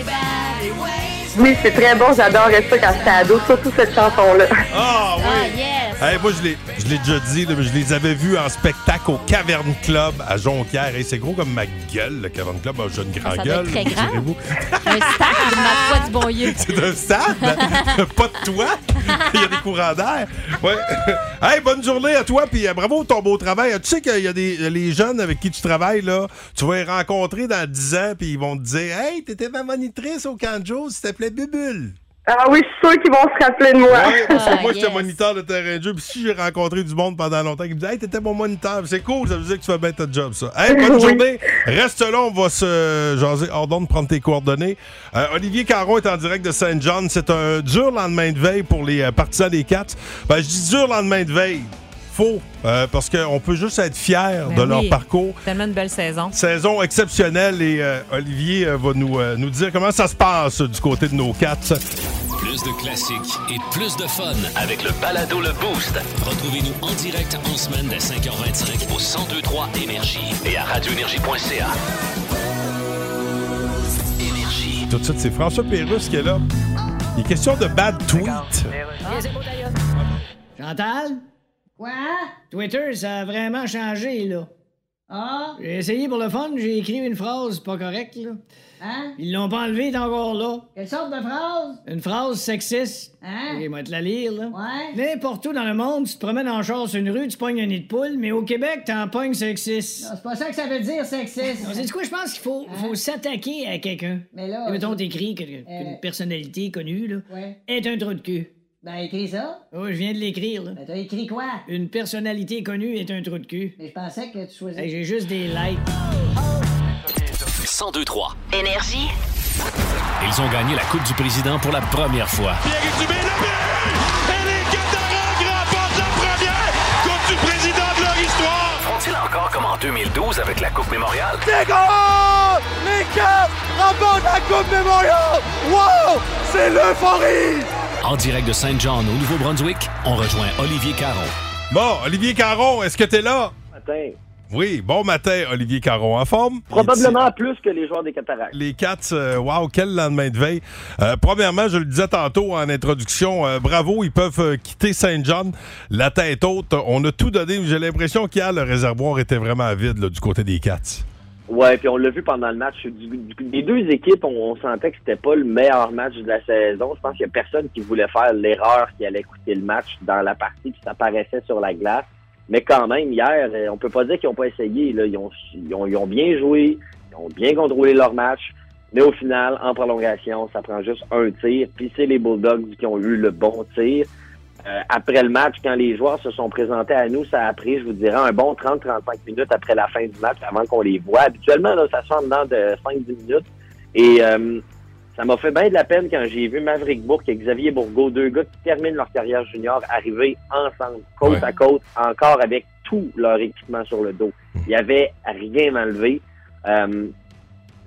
Speaker 10: Oui, c'est très bon. J'adorais ça quand j'étais ado, surtout cette chanson-là.
Speaker 4: Ah,
Speaker 6: Ah, yes.
Speaker 4: Hey, moi, je l'ai, je l'ai déjà dit, là, mais je les avais vus en spectacle au Caverne Club à Jonquière. Et c'est gros comme ma gueule, le Caverne Club. Ah, J'ai une grande
Speaker 6: ça doit
Speaker 4: gueule.
Speaker 6: être très grand.
Speaker 4: direz-vous.
Speaker 6: Un stade, ma foi du bon Dieu.
Speaker 4: C'est un stade, hein? pas de toit. Il y a des courants d'air. Ouais. Hey, bonne journée à toi, puis euh, bravo pour ton beau travail. Tu sais qu'il y a des les jeunes avec qui tu travailles, là, tu vas les rencontrer dans 10 ans, puis ils vont te dire Hey, t'étais ma monitrice au camp de jour, s'il te plaît, Bubule.
Speaker 10: Ah oui, je suis sûre qu'ils vont se rappeler de moi.
Speaker 4: Ouais, parce que
Speaker 11: Ah,
Speaker 4: moi, j'étais moniteur de terrain de jeu. Puis si j'ai rencontré du monde pendant longtemps qui me disait Hey, t'étais mon moniteur. C'est cool, ça veut dire que tu fais bien ton job, ça. Hey, bonne
Speaker 10: Oui.
Speaker 4: journée. Reste là, on va se jaser. Ordonne de prendre tes coordonnées. Euh, Olivier Caron est en direct de Saint-John. C'est un dur lendemain de veille pour les euh, partisans des Cats. Ben, je dis dur lendemain de veille. Faux. Euh, parce qu'on peut juste être fier de
Speaker 11: Ben
Speaker 4: leur
Speaker 11: oui.
Speaker 4: parcours.
Speaker 11: Tellement une belle saison.
Speaker 4: Saison exceptionnelle et euh, Olivier euh, va nous, euh, nous dire comment ça se passe euh, du côté de nos Cats.
Speaker 3: Plus de classiques et plus de fun avec le balado Le Boost. Retrouvez-nous en direct en semaine dès 5h25 au 1023 Énergie et à radioénergie.ca.
Speaker 4: Tout de suite, c'est François Pérusse qui est là. Il est question de bad tweet.
Speaker 7: Chantal?
Speaker 8: Quoi?
Speaker 7: Twitter, ça a vraiment changé, là.
Speaker 8: Ah?
Speaker 7: J'ai essayé pour le fun, j'ai écrit une phrase pas correcte, là.
Speaker 8: Hein?
Speaker 7: Ils l'ont pas enlevée, elle est encore là.
Speaker 8: Quelle sorte de phrase?
Speaker 7: Une phrase sexiste.
Speaker 8: Hein?
Speaker 7: Ok, moi, te la lire, là.
Speaker 8: Ouais.
Speaker 7: N'importe où dans le monde, tu te promènes en char sur une rue, tu pognes un nid de poule, mais au Québec, t'en pognes sexiste.
Speaker 8: Non, Ah, c'est pas ça que ça veut dire, sexiste.
Speaker 7: On sait quoi, je pense qu'il faut, faut s'attaquer à quelqu'un.
Speaker 8: Mais là.
Speaker 7: Mettons, t'écris que- qu'une
Speaker 8: Ah, Euh.
Speaker 7: personnalité connue, là,
Speaker 8: Ouais.
Speaker 7: est un trou de cul.
Speaker 8: Ben, écris ça.
Speaker 7: Oh, je viens de l'écrire, là.
Speaker 8: Ben, t'as écrit quoi?
Speaker 7: Une personnalité connue est un trou de cul.
Speaker 8: Mais je pensais que tu choisissais.
Speaker 7: Hey, J'ai juste des likes.
Speaker 3: 1023.
Speaker 5: Énergie.
Speaker 3: Ils ont gagné la Coupe du Président pour la première fois.
Speaker 2: Font-ils encore comme en 2012 avec la Coupe Mémoriale?
Speaker 3: En direct de Saint-Jean au Nouveau-Brunswick, on rejoint Olivier Caron.
Speaker 4: Bon, Olivier Caron, est-ce que t'es là?
Speaker 12: matin.
Speaker 4: Oui, bon matin, Olivier Caron. En forme?
Speaker 12: Probablement plus que les joueurs des cataractes.
Speaker 4: Les Cats, euh, wow, quel lendemain de veille. Euh, premièrement, je le disais tantôt en introduction, euh, bravo, ils peuvent euh, quitter Saint-John la tête haute. On a tout donné. J'ai l'impression qu'hier, le réservoir était vraiment vide là, du côté des Cats.
Speaker 12: Ouais, puis on l'a vu pendant le match. Du- du- des deux équipes, on, on sentait que c'était pas le meilleur match de la saison. Je pense qu'il y a personne qui voulait faire l'erreur qui allait coûter le match dans la partie, puis ça paraissait sur la glace. Mais quand même, hier, euh, on peut pas dire qu'ils ont pas essayé. Là. Ils, ont, ils, ont, ils ont bien joué, ils ont bien contrôlé leur match. Mais au final, en prolongation, ça prend juste un tir. Puis c'est les Bulldogs qui ont eu le bon tir. Euh, après le match, quand les joueurs se sont présentés à nous, ça a pris, je vous dirais, un bon 30-35 minutes après la fin du match avant qu'on les voit. Habituellement, là, ça se fait en dedans de 5-10 minutes. Et euh, ça m'a fait bien de la peine quand j'ai vu Maverick Bourque et Xavier Bourgault, deux gars qui terminent leur carrière junior, arriver ensemble, côte
Speaker 4: Ouais.
Speaker 12: à côte, encore avec tout leur équipement sur le dos. Il n'y avait rien enlevé. Euh,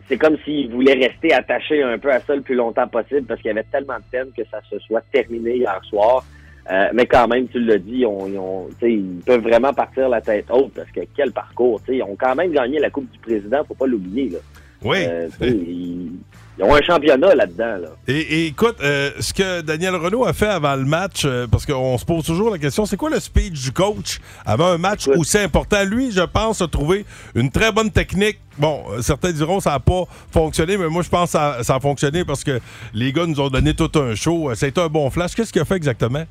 Speaker 12: c'est comme s'ils voulaient rester attachés un peu à ça le plus longtemps possible parce qu'il y avait tellement de peine que ça se soit terminé hier soir. Euh, mais quand même, tu le dis, on, ils ont- tu sais, ils peuvent vraiment partir la tête haute parce que quel parcours. tu sais. Ils ont quand même gagné la Coupe du Président, faut pas l'oublier. là.
Speaker 4: Oui.
Speaker 12: Euh, tu sais, ils, ils ont un championnat là-dedans. là.
Speaker 4: Et, et écoute, euh, ce que Daniel Renault a fait avant le match, euh, parce qu'on se pose toujours la question, c'est quoi le speech du coach avant un match
Speaker 12: Écoute.
Speaker 4: aussi important? Lui, je pense, a trouvé une très bonne technique. Bon, euh, certains diront ça n'a pas fonctionné, mais moi, je pense que ça, ça a fonctionné parce que les gars nous ont donné tout un show. Euh, Ça a été un bon flash. Qu'est-ce qu'il a fait exactement?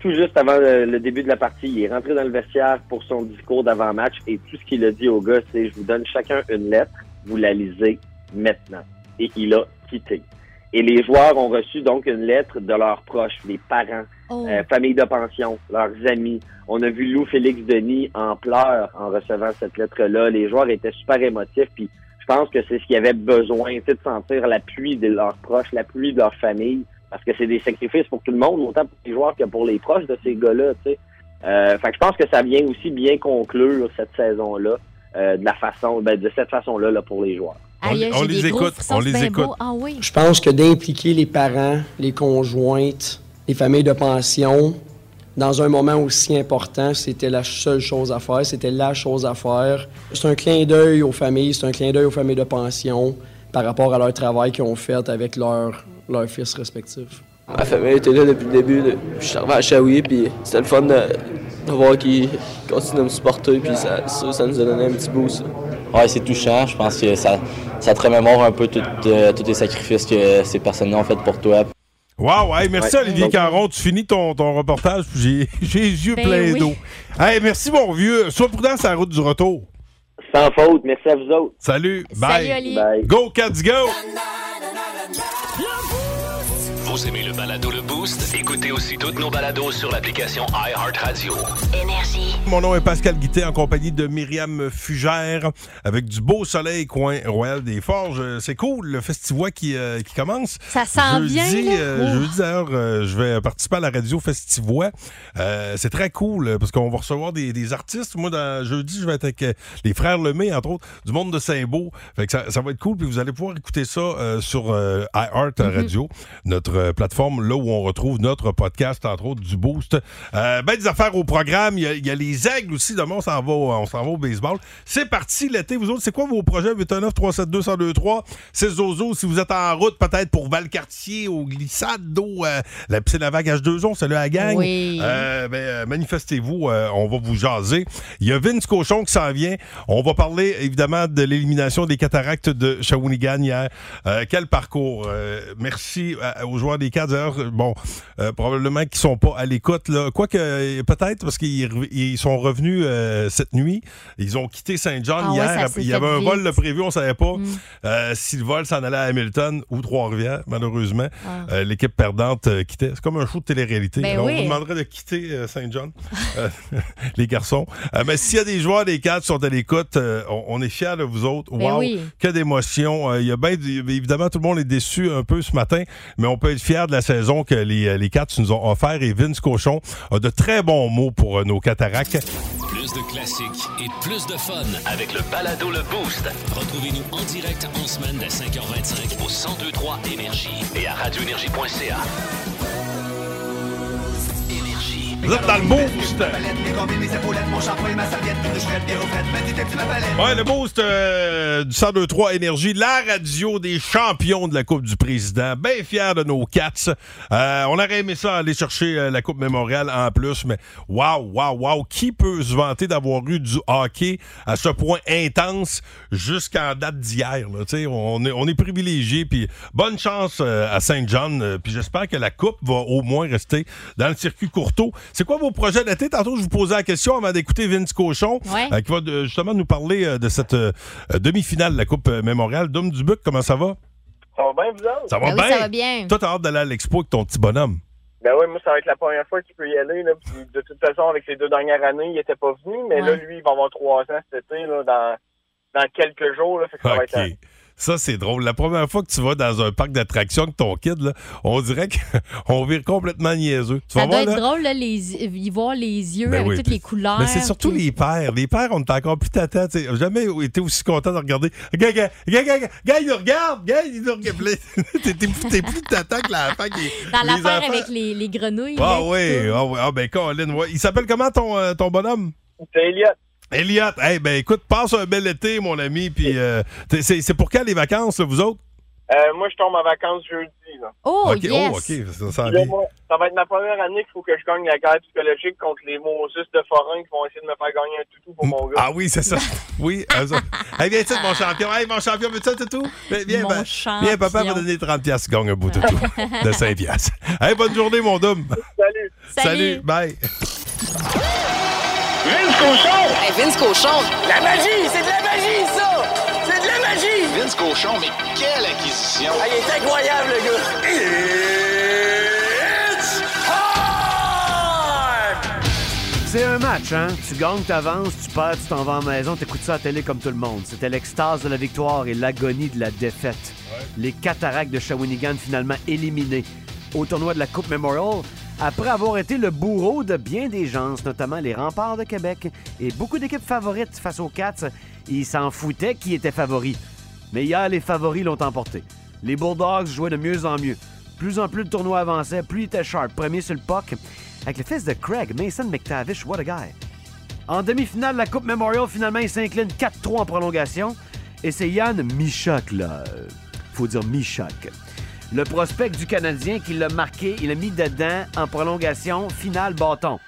Speaker 12: tout juste avant le, le début de la partie, il est rentré dans le vestiaire pour son discours d'avant-match et tout ce qu'il a dit aux gars, c'est je vous donne chacun une lettre, vous la lisez maintenant. Et il a quitté. Et les joueurs ont reçu donc une lettre de leurs proches, des parents,
Speaker 6: Oh.
Speaker 12: euh, famille de pension, leurs amis. On a vu Lou Félix Denis en pleurs en recevant cette lettre-là. Les joueurs étaient super émotifs, puis je pense que c'est ce qu'ils avaient besoin, c'est de sentir l'appui de leurs proches, l'appui de leur famille. Parce que c'est des sacrifices pour tout le monde, autant pour les joueurs que pour les proches de ces gars-là. tu sais. Euh, fait que je pense que ça vient aussi bien conclure cette saison-là euh, de la façon, ben, de cette façon-là là, pour les joueurs.
Speaker 6: Aïe,
Speaker 4: on
Speaker 6: j'ai
Speaker 4: les
Speaker 6: des gros
Speaker 4: écoute,
Speaker 6: frissons,
Speaker 4: on
Speaker 6: c'est
Speaker 4: les
Speaker 6: bien beau.
Speaker 4: écoute.
Speaker 6: Ah oui.
Speaker 11: Je pense que d'impliquer les parents, les conjointes, les familles de pension dans un moment aussi important, c'était la seule chose à faire, c'était la chose à faire. C'est un clin d'œil aux familles, c'est un clin d'œil aux familles de pension par rapport à leur travail qu'ils ont fait avec leurs leurs fils respectifs.
Speaker 13: Ma famille était là depuis le début. là. Je suis arrivé à Shawi, puis c'était le fun de, de voir qu'ils continuent de me supporter, puis ça, ça, ça nous a donné un petit boost.
Speaker 14: Ouais, c'est touchant. Je pense que ça, ça te remémore un peu tout, euh, tous les sacrifices que ces personnes-là ont fait pour toi.
Speaker 4: Wow, hey, merci
Speaker 14: Ouais.
Speaker 4: Olivier Caron. Tu finis ton, ton reportage, puis j'ai- j'ai les yeux
Speaker 12: Ben
Speaker 4: pleins
Speaker 12: oui.
Speaker 4: d'eau. Hey, merci mon vieux. Sois prudent sur la route du retour.
Speaker 12: Sans faute, merci à vous autres.
Speaker 4: Salut, bye.
Speaker 2: Salut, Oli. Bye.
Speaker 4: Go, Cats, go!
Speaker 2: Vous aimez le balado Le Boost? Écoutez aussi toutes nos balados sur l'application iHeartRadio.
Speaker 5: Énergie.
Speaker 4: Mon nom est Pascal Guittet en compagnie de Myriam Fugère avec du beau soleil coin Royal des Forges. Euh, C'est cool, le festivois qui, euh, qui commence.
Speaker 6: Ça s'en
Speaker 4: Jeudi,
Speaker 6: vient, là.
Speaker 4: euh,
Speaker 6: Ouh.
Speaker 4: jeudi, d'ailleurs, euh, je vais participer à la radio festivois. Euh, c'est très cool euh, parce qu'on va recevoir des, des artistes. Moi, dans, jeudi, je vais être avec euh, les frères Lemay, entre autres, du monde de Saint-Beau. Fait que ça, ça va être cool. Puis vous allez pouvoir écouter ça euh, sur euh, iHeart
Speaker 6: Mm-hmm.
Speaker 4: Radio, notre euh, plateforme là où on retrouve notre podcast, entre autres, du Boost. Euh, ben, des affaires au programme. Il y a, il y a les aigles aussi. Demain, on s'en va, au- on s'en va au baseball. C'est parti l'été. Vous autres, c'est quoi vos projets? 819 372 1023 C'est Zozo. Si vous êtes en route, peut-être pour Valcartier, aux glissades d'eau, euh, la piscine à vague H2O, salut à la gang.
Speaker 15: Oui.
Speaker 4: Euh, ben, euh, manifestez-vous, euh, on va vous jaser. Il y a Vince Cochon qui s'en vient. On va parler évidemment de l'élimination des cataractes de Shawinigan hier. Euh, quel parcours. Euh, merci à- aux joueurs des Cats. D'ailleurs, bon, euh, probablement qu'ils sont pas à l'écoute. là. Quoique, euh, peut-être parce qu'ils re- ils sont revenus euh, cette nuit. Ils ont quitté Saint-John
Speaker 15: Ah ouais,
Speaker 4: hier.
Speaker 15: ça s'est
Speaker 4: Il y
Speaker 15: fait
Speaker 4: avait un vol
Speaker 15: vite. Mm.
Speaker 4: de prévu, on savait pas euh, si le vol s'en allait à Hamilton ou Trois-Rivières, malheureusement.
Speaker 6: Ben
Speaker 15: Ah.
Speaker 4: Euh, L'équipe perdante euh, quittait. C'est comme un show de télé-réalité.
Speaker 15: Ben
Speaker 4: Alors, On
Speaker 15: oui.
Speaker 4: vous demanderait de quitter euh, Saint-John, euh, les garçons. Euh, mais s'il y a des joueurs des quatre qui sont à l'écoute, euh, on, on est fiers de vous autres.
Speaker 15: Ben
Speaker 4: Wow,
Speaker 15: oui.
Speaker 4: que d'émotions. Euh, Il y a ben du- évidemment, tout le monde est déçu un peu ce matin, mais on peut être fiers de la saison que les, euh, les Cats nous ont offert. Et Vince Cochon a de très bons mots pour euh, nos cataractes.
Speaker 3: Plus de classiques et plus de fun.
Speaker 2: Avec le balado Le Boost. Retrouvez-nous en direct en semaine dès 5h25 au 1023 Énergie et à radioénergie.ca.
Speaker 4: Vous êtes dans le boost! Ouais, le boost euh, du 1023 Énergie, la radio des champions de la Coupe du Président. Bien fiers de nos Cats. Euh, on aurait aimé ça aller chercher euh, la Coupe Mémorial en plus, mais waouh, waouh, waouh, qui peut se vanter d'avoir eu du hockey à ce point intense jusqu'en date d'hier? là? Tu sais, On est, on est privilégié, puis bonne chance euh, à Saint-John, euh, puis j'espère que la Coupe va au moins rester dans le circuit courteau. C'est quoi vos projets d'été? Tantôt, je vous posais la question avant d'écouter Vince Cochon,
Speaker 15: Ouais.
Speaker 4: euh, qui va de- justement nous parler euh, de cette euh, euh, demi-finale de la Coupe euh, Mémorial. Dom Dubuc, comment ça va?
Speaker 16: Ça va bien, vous autres?
Speaker 6: Ben
Speaker 4: Ça va bien? Toi, t'as hâte d'aller à l'expo avec ton petit bonhomme.
Speaker 16: Ben oui, moi, ça va être la première fois qu'il peut y aller. Là. Puis, de toute façon, avec les deux dernières années, il n'était pas venu. Mais là,
Speaker 4: Ouais.
Speaker 16: lui, il va avoir trois ans cet été, là, dans, dans quelques jours. Là, Fait que ça va être
Speaker 4: OK. Ça, c'est drôle. La première fois que tu vas dans un parc d'attractions avec ton kid, là, on dirait qu'on vire complètement niaiseux. Tu
Speaker 6: Ça
Speaker 4: vas
Speaker 6: doit
Speaker 4: voir,
Speaker 6: être
Speaker 4: là,
Speaker 6: drôle, là, les... y voir les yeux
Speaker 4: Ben
Speaker 6: avec
Speaker 4: oui,
Speaker 6: toutes
Speaker 4: puis-
Speaker 6: les couleurs.
Speaker 4: Mais c'est surtout les pères. Les pères, on est encore plus tata. tu sais. J'ai jamais été aussi content de regarder. Gars, gars, gars, gars, gars, gars, il nous regarde. Gars, il nous regarde. T'es- T'es plus, t'es plus tata que l'enfant qui.
Speaker 6: Dans
Speaker 4: les
Speaker 6: l'affaire
Speaker 4: enfants.
Speaker 6: avec les, les grenouilles.
Speaker 4: Ah
Speaker 6: là,
Speaker 4: oui,
Speaker 6: tout.
Speaker 4: ah oui. Ah ben, Colin, ouais. Il s'appelle comment ton, euh, ton bonhomme?
Speaker 16: C'est Elliot.
Speaker 4: Elliot. Eh ben, écoute, passe un bel été, mon ami. Puis, euh, t'es- c'est c'est pour quand les vacances, là, vous autres?
Speaker 16: Euh, moi, je tombe en vacances jeudi. Là.
Speaker 4: Ok, oh, ok, ça, ça
Speaker 16: Puis
Speaker 4: vient.
Speaker 16: là, moi, ça va être ma première année qu'il faut que je gagne la guerre psychologique contre les Moses de forains qui vont essayer de me faire gagner un toutou pour mon gars.
Speaker 4: Ah oui, c'est ça. Oui. eux autres. hey, viens ici, mon champion. Hey, mon champion, veux-tu un toutou? Viens, Viens,
Speaker 15: Mon
Speaker 4: ben, viens, papa va
Speaker 15: champion.
Speaker 4: donner 30 piastres, gagne un beau toutou de 5 piastres. Hey, bonne journée, mon dôme.
Speaker 16: Salut.
Speaker 4: Salut. Bye.
Speaker 5: Vince Cochon! Hey, Vince Cochon! La magie! C'est de la magie, ça! C'est de la magie! Vince Cochon, mais quelle acquisition! Ah, il est incroyable, le gars! It's
Speaker 17: C'est un match, hein? Tu gagnes, t'avances, tu perds, tu t'en vas à la maison, t'écoutes ça à la télé comme tout le monde. C'était l'extase de la victoire et l'agonie de la défaite. Les cataractes de Shawinigan finalement éliminés. au tournoi de la Coupe Memorial après avoir été le bourreau de bien des gens, notamment les remparts de Québec et beaucoup d'équipes favorites face aux Cats. Ils s'en foutaient qui était favori. Mais hier, les favoris l'ont emporté. Les Bulldogs jouaient de mieux en mieux. Plus en plus le tournoi avançait, plus il était sharp, premier sur le puck. Avec le fils de Craig, Mason McTavish, what a guy. En demi-finale de la Coupe Memorial, finalement, il s'incline 4-3 en prolongation. Et c'est Yann Michak, là. Euh, Faut dire Michak. Le prospect du Canadien qui l'a marqué, il l'a mis dedans en prolongation, finale bâton.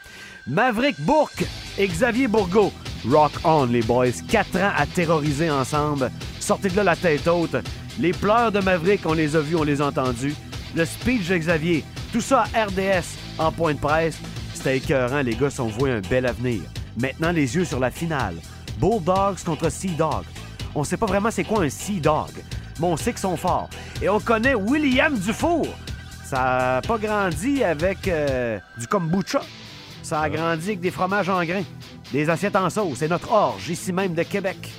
Speaker 17: Maverick Bourque et Xavier Bourgault. Rock on, les boys. Quatre ans à terroriser ensemble. Sortez de là la tête haute. Les pleurs de Maverick, on les a vus, on les a entendus. Le speech de Xavier. Tout ça à RDS en point de presse. C'était écœurant, les gars sont voués un bel avenir. Maintenant, les yeux sur la finale. Bulldogs contre Sea Dog. On sait pas vraiment c'est quoi un Sea Dog, mais on sait qu'ils sont forts. Et on connaît William Dufour. Ça a pas grandi avec euh, du kombucha. Ça a grandi avec des fromages en grains, des assiettes en sauce. C'est notre orge, ici même de Québec.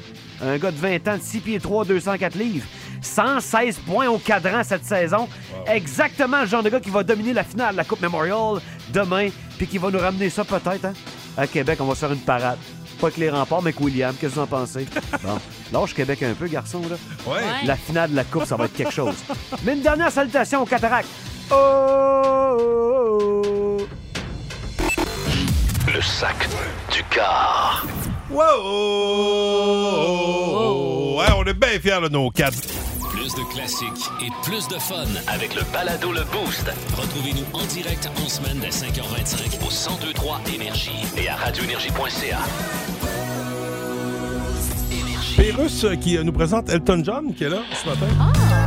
Speaker 17: Un gars de 20 ans, de 6 pieds 3, 204 livres. 116 points au cadran cette saison. Exactement le genre de gars qui va dominer la finale de la Coupe Memorial demain, puis qui va nous ramener ça peut-être. hein. À Québec, on va se faire une parade. Pas que les remparts, mais que William. Qu'est-ce que vous en pensez? Bon, lâche Québec un peu, garçon. Là.
Speaker 4: Ouais.
Speaker 17: La finale de la Coupe, ça va être quelque chose. Mais une dernière salutation au cataract. Oh, oh, oh, oh.
Speaker 2: Le sac du car.
Speaker 4: Wow! Ouais, on est bien fiers de nos quatre.
Speaker 2: Plus de classiques et plus de fun avec le balado Le Boost. Retrouvez-nous en direct en semaine dès 5h25 au 1023 Énergie et à radioénergie.ca.
Speaker 4: Pérus euh, qui euh, nous présente Elton John qui est là ce matin.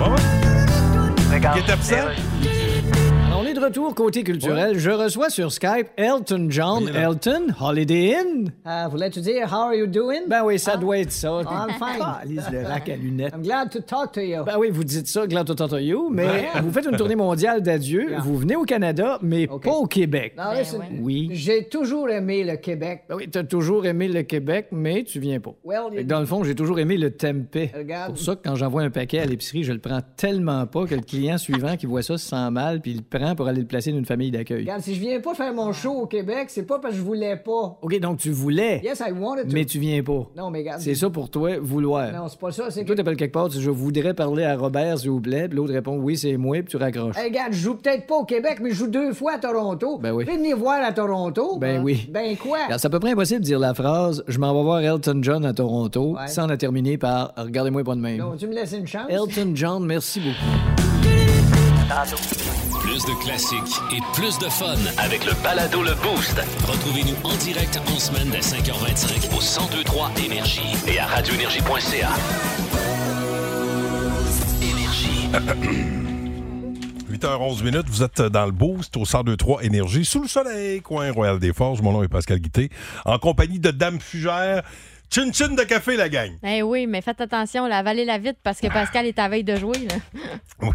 Speaker 4: Ouais, ouais. Qui est absent.
Speaker 7: Alors, on est de retour côté culturel. Je reçois sur Skype Elton John. Elton, Holiday Inn.
Speaker 8: Ah, voulais-tu dire how are you doing? Ah.
Speaker 7: Ben oui, ça doit être ça.
Speaker 8: I'm fine.
Speaker 7: Lise le rack à lunettes.
Speaker 8: I'm glad to talk to you.
Speaker 7: Ben oui, vous dites ça, glad to talk to you, mais
Speaker 8: Yeah.
Speaker 7: vous faites une tournée mondiale d'adieu.
Speaker 8: Yeah.
Speaker 7: Vous venez au Canada, mais pas au Québec.
Speaker 8: Non,
Speaker 6: Ben
Speaker 8: listen,
Speaker 7: Oui.
Speaker 8: J'ai toujours aimé le Québec.
Speaker 7: Ben oui, t'as toujours aimé le Québec, mais tu viens pas.
Speaker 8: Well,
Speaker 7: Fait que Dans le fond, j'ai toujours aimé le tempeh. C'est
Speaker 8: Regarde.
Speaker 7: pour ça que quand j'envoie un paquet à l'épicerie, je le prends tellement pas que le client suivant qui voit ça se sent mal puis il le prend pour aller le placer dans une famille d'accueil.
Speaker 8: Regarde, si je viens pas faire
Speaker 7: Ah.
Speaker 8: mon show au Québec, c'est pas parce que je voulais pas.
Speaker 7: OK, donc tu voulais,
Speaker 8: Yes, I wanted to.
Speaker 7: mais tu viens pas.
Speaker 8: Non, mais regarde.
Speaker 7: C'est ça pour toi, vouloir.
Speaker 8: Non, c'est pas ça. C'est que.
Speaker 7: Toi, t'appelles quelque part, tu dis, je voudrais parler à Robert, s'il vous plaît, puis l'autre répond oui, c'est moi, puis tu raccroches.
Speaker 8: Hey, regarde, je joue peut-être pas au Québec, mais je joue deux fois à Toronto.
Speaker 7: Ben oui.
Speaker 8: Puis venir voir à Toronto.
Speaker 7: Ben oui.
Speaker 8: Ben quoi?
Speaker 7: Alors, C'est à peu près impossible de dire la phrase Je m'en vais voir Elton John à Toronto
Speaker 8: Ouais.
Speaker 7: sans la terminer par Regardez-moi pas de même.
Speaker 8: Non, tu me laisses une chance?
Speaker 7: Elton John, merci beaucoup.
Speaker 2: Plus de classiques et plus de fun avec le balado Le Boost. Retrouvez-nous en direct en semaine dès 5h25 au 1023 Énergie et à radioénergie.ca. Énergie.
Speaker 4: 8h11 minutes, vous êtes euh, dans le boost au 1023 Énergie, sous le soleil, coin Royal des Forges. Mon nom est Pascal Guité, en compagnie de Dame Fugère. Chin chin de café, la gang.
Speaker 6: Eh oui, mais faites attention, la valez la vite
Speaker 4: Ah.
Speaker 6: parce que Pascal est à veille de jouer. Là.